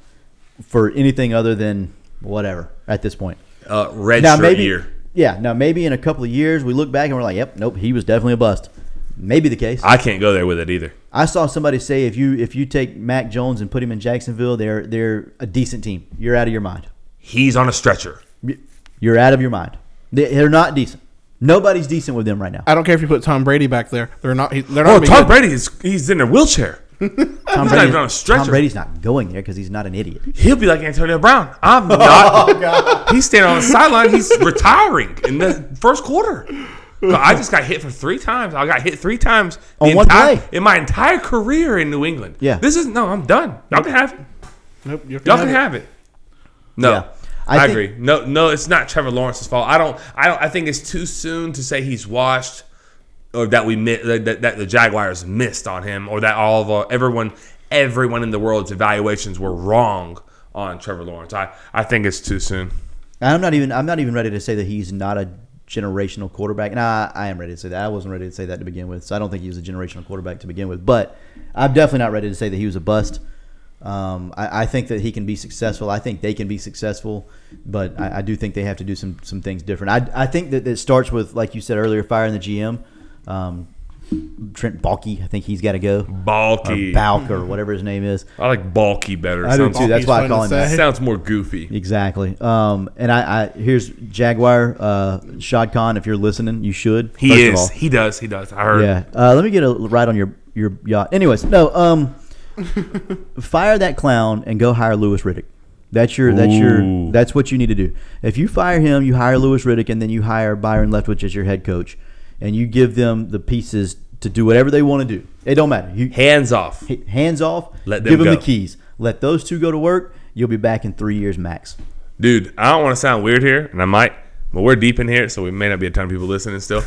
S3: for anything other than whatever at this point.
S4: Uh, red
S3: Now
S4: shirt
S3: maybe
S4: year.
S3: Yeah, now maybe in a couple of years we look back and we're like, "Yep, nope, he was definitely a bust." Maybe the case.
S4: I can't go there with it either.
S3: I saw somebody say if you if you take Mac Jones and put him in Jacksonville, they're they're a decent team. You're out of your mind.
S4: He's on a stretcher.
S3: You're out of your mind. They- They're not decent. Nobody's decent with them right now.
S2: I don't care if you put Tom Brady back there. They're not. he- They're not.
S4: Oh,
S2: being
S4: Tom
S2: good.
S4: Brady is he's in a wheelchair.
S3: Tom
S4: not
S3: Brady-
S4: even on a stretcher.
S3: Tom Brady's not going there because he's not an idiot.
S4: He'll be like Antonio Brown.
S3: <laughs>
S4: I'm
S3: Oh,
S4: not. He's standing on the sideline. He's retiring in the first quarter. So I just got hit for three times. I got hit three times the
S3: On one
S4: entire-
S3: play.
S4: in my entire career in New England.
S3: Yeah.
S4: this is no. I'm done. Y'all can have it.
S2: Nope, you're
S4: Y'all can have it. No.
S3: Yeah. I
S4: I,
S3: think-
S4: agree. No, no, it's not Trevor Lawrence's fault. I don't. I don't. I think it's too soon to say he's washed, or that we mi- that, that, that the Jaguars missed on him, or that all of our, everyone, everyone in the world's evaluations were wrong on Trevor Lawrence. I, I think it's too soon.
S3: I'm not even. I'm not even ready to say that he's not a generational quarterback. And I, I am ready to say that. I wasn't ready to say that to begin with. So I don't think he was a generational quarterback to begin with. But I'm definitely not ready to say that he was a bust. Um, I, I think that he can be successful. I think they can be successful, but I, I do think they have to do some some things different. I, I think that it starts with, like you said earlier, firing the GM. Um, Trent Balky, I think he's got to go. Or
S4: Balky.
S3: Balk or whatever his name is.
S4: I like Balky better.
S3: I do
S4: sounds,
S3: too. That's why I
S2: Balky's
S3: call
S2: fun
S3: him
S2: to
S3: that.
S2: say.
S4: sounds more goofy.
S3: Exactly. Um, and I, I here's Jaguar uh, Shad Khan. If you're listening, you should.
S4: He
S3: first of
S4: is.
S3: all.
S4: He does. He does. I heard.
S3: Yeah. Uh, let me get a ride on your your yacht. Anyways, no. Um, fire that clown and go hire Lewis Riddick. That's your. That's your.
S4: Ooh.
S3: That's what you need to do. If you fire him, you hire Lewis Riddick, and then you hire Byron Leftwich as your head coach, and you give them the pieces to do whatever they want to do. It don't matter. You
S4: Hands off.
S3: h- hands off.
S4: Let them
S3: give them
S4: go.
S3: the keys. Let those two go to work. You'll be back in three years max.
S4: dude, I don't want to sound weird here, and I might, but we're deep in here, so we may not be a ton of people listening still.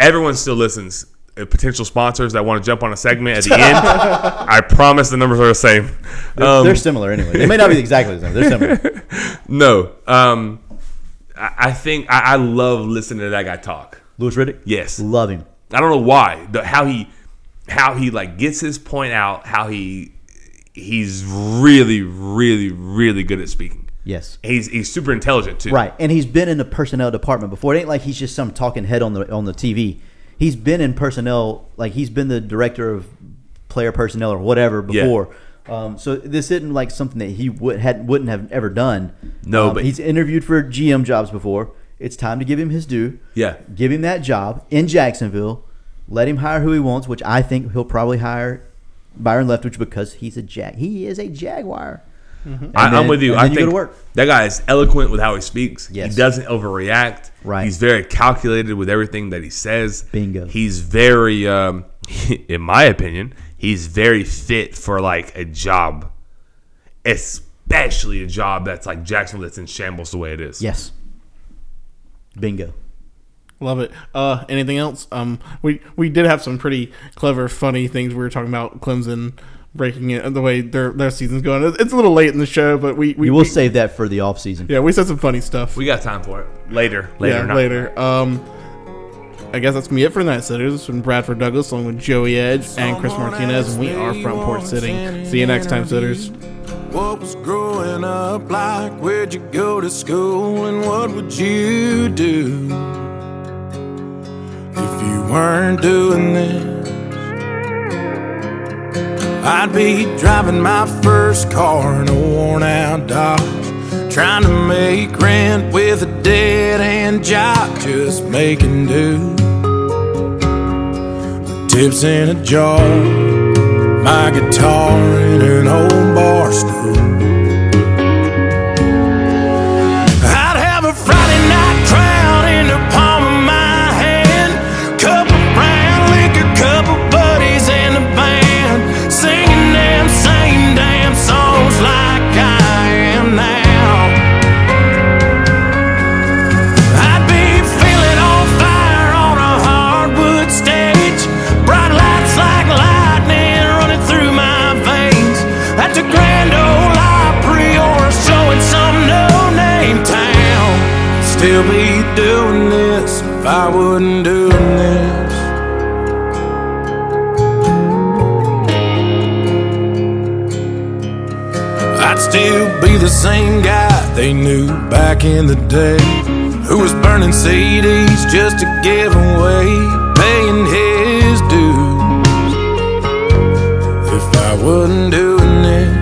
S4: Everyone still listens. Uh, Potential sponsors that want to jump on a segment at the end, I promise the numbers are the same. Um,
S3: They're similar anyway. They may not be exactly the same. They're similar.
S4: <laughs> no, um, I, I think I, I love listening to that guy talk.
S3: Lewis Riddick?
S4: Yes.
S3: Love him.
S4: I don't know why. The, how he how he like gets his point out. How he he's really really really good at speaking.
S3: Yes.
S4: He's he's super intelligent too.
S3: Right. And he's been in the personnel department before. It ain't like he's just some talking head on the on the TV. He's been in personnel, like he's been the director of player personnel or whatever
S4: Yeah.
S3: before. Um, so this isn't like something that he would had wouldn't have ever done.
S4: No,
S3: Um,
S4: but-
S3: he's interviewed for GM jobs before. It's time to give him his due.
S4: Yeah.
S3: Give him that job in Jacksonville. Let him hire who he wants, which I think he'll probably hire Byron Leftwich because he's a jag. He is a Jaguar. And
S4: I,
S3: then-
S4: I'm with you.
S3: and
S4: I
S3: then go
S4: think
S3: to work.
S4: that guy is eloquent with how he speaks.
S3: Yes.
S4: He doesn't overreact.
S3: Right.
S4: He's very calculated with everything that he says.
S3: Bingo.
S4: He's very, um, <laughs> in my opinion, he's very fit for like a job, especially a job that's like Jacksonville that's in shambles the way it is.
S3: Yes. Bingo.
S2: Love it. Uh, anything else? Um, we we did have some pretty clever, funny things. We were talking about Clemson breaking it the way their their season's going. It's- It's a little late in the show, but we we
S3: You will
S2: we-
S3: save that for the off season.
S2: Yeah, we said some funny stuff.
S4: We got time for it later. Later.
S2: yeah,
S4: not-
S2: later. Um, I guess that's me it for tonight, sitters. It's been Bradford Douglas along with Joey Edge and Chris Martinez, and we are from Port Sitting. See you next time, sitters.
S1: What was growing up like? Where'd you go to school and what would you do if you weren't doing this? I'd be driving my first car in a worn out Dodge, trying to make rent with a dead end job, just making do. Tips in a jar my guitar in an old bar stool. I'd have a Friday night crowd in the palm of my hand, couple brown liquor, couple buddies in the band, singing them same damn songs like I am now. I'd be feeling on fire on a hardwood stage. Bright lights like lightning running through my veins. At the Grand Ole Opry or a show in some no-name town. Still be doing this if I wouldn't doing this. I'd still be the same guy they knew back in the day who was burning CDs just to give away, paying his dues. If I wasn't doing this,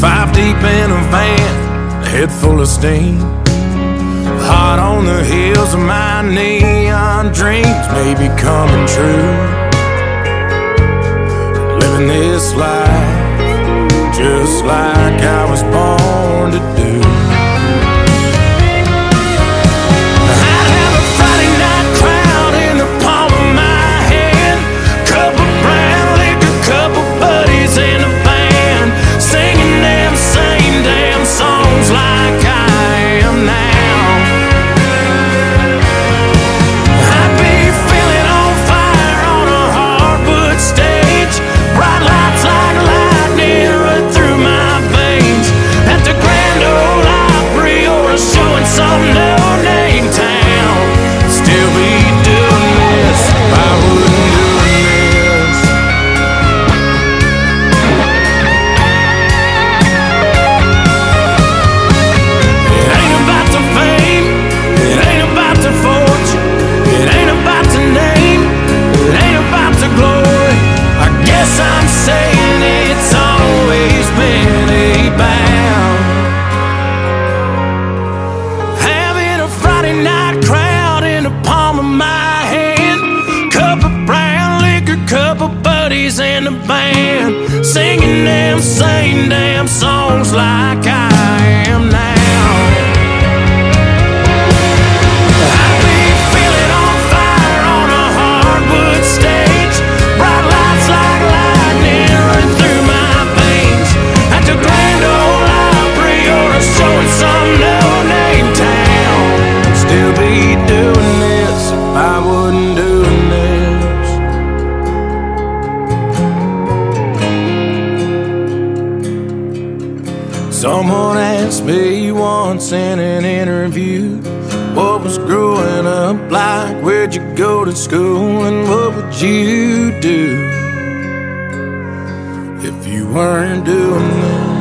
S1: five deep in a van, head full of steam. Hot on the heels of my neon dreams, maybe coming true. Living this life just like I was born to do. I'd have a Friday night crown in the palm of my hand. Couple brown liquor, couple buddies in a band. Singing them same damn songs like I am now. I'd be feeling on fire on a hardwood stage. Bright lights like lightning run through my veins. At the Grand Ole Opry or a show in some no-name town. Still be doing this if I wouldn't doing this. It ain't about the fame. It ain't about the fortune. It ain't about the name. It ain't about the glory. I guess I'm saying it's always been a bound. Having a Friday night crowd in the palm of my hand. Cup of brown liquor, cup of buddies in the band. Singing them same damn songs like I am now. I'd be feeling on fire on a hardwood stage. Bright lights like lightning run through my veins. At the Grand Ole Opry or a show in some no-name town. Still be doing this if I wouldn't doing this. Someone asked me once in an interview what was growing up like, where'd you go to school, and what would you do if you weren't doing this?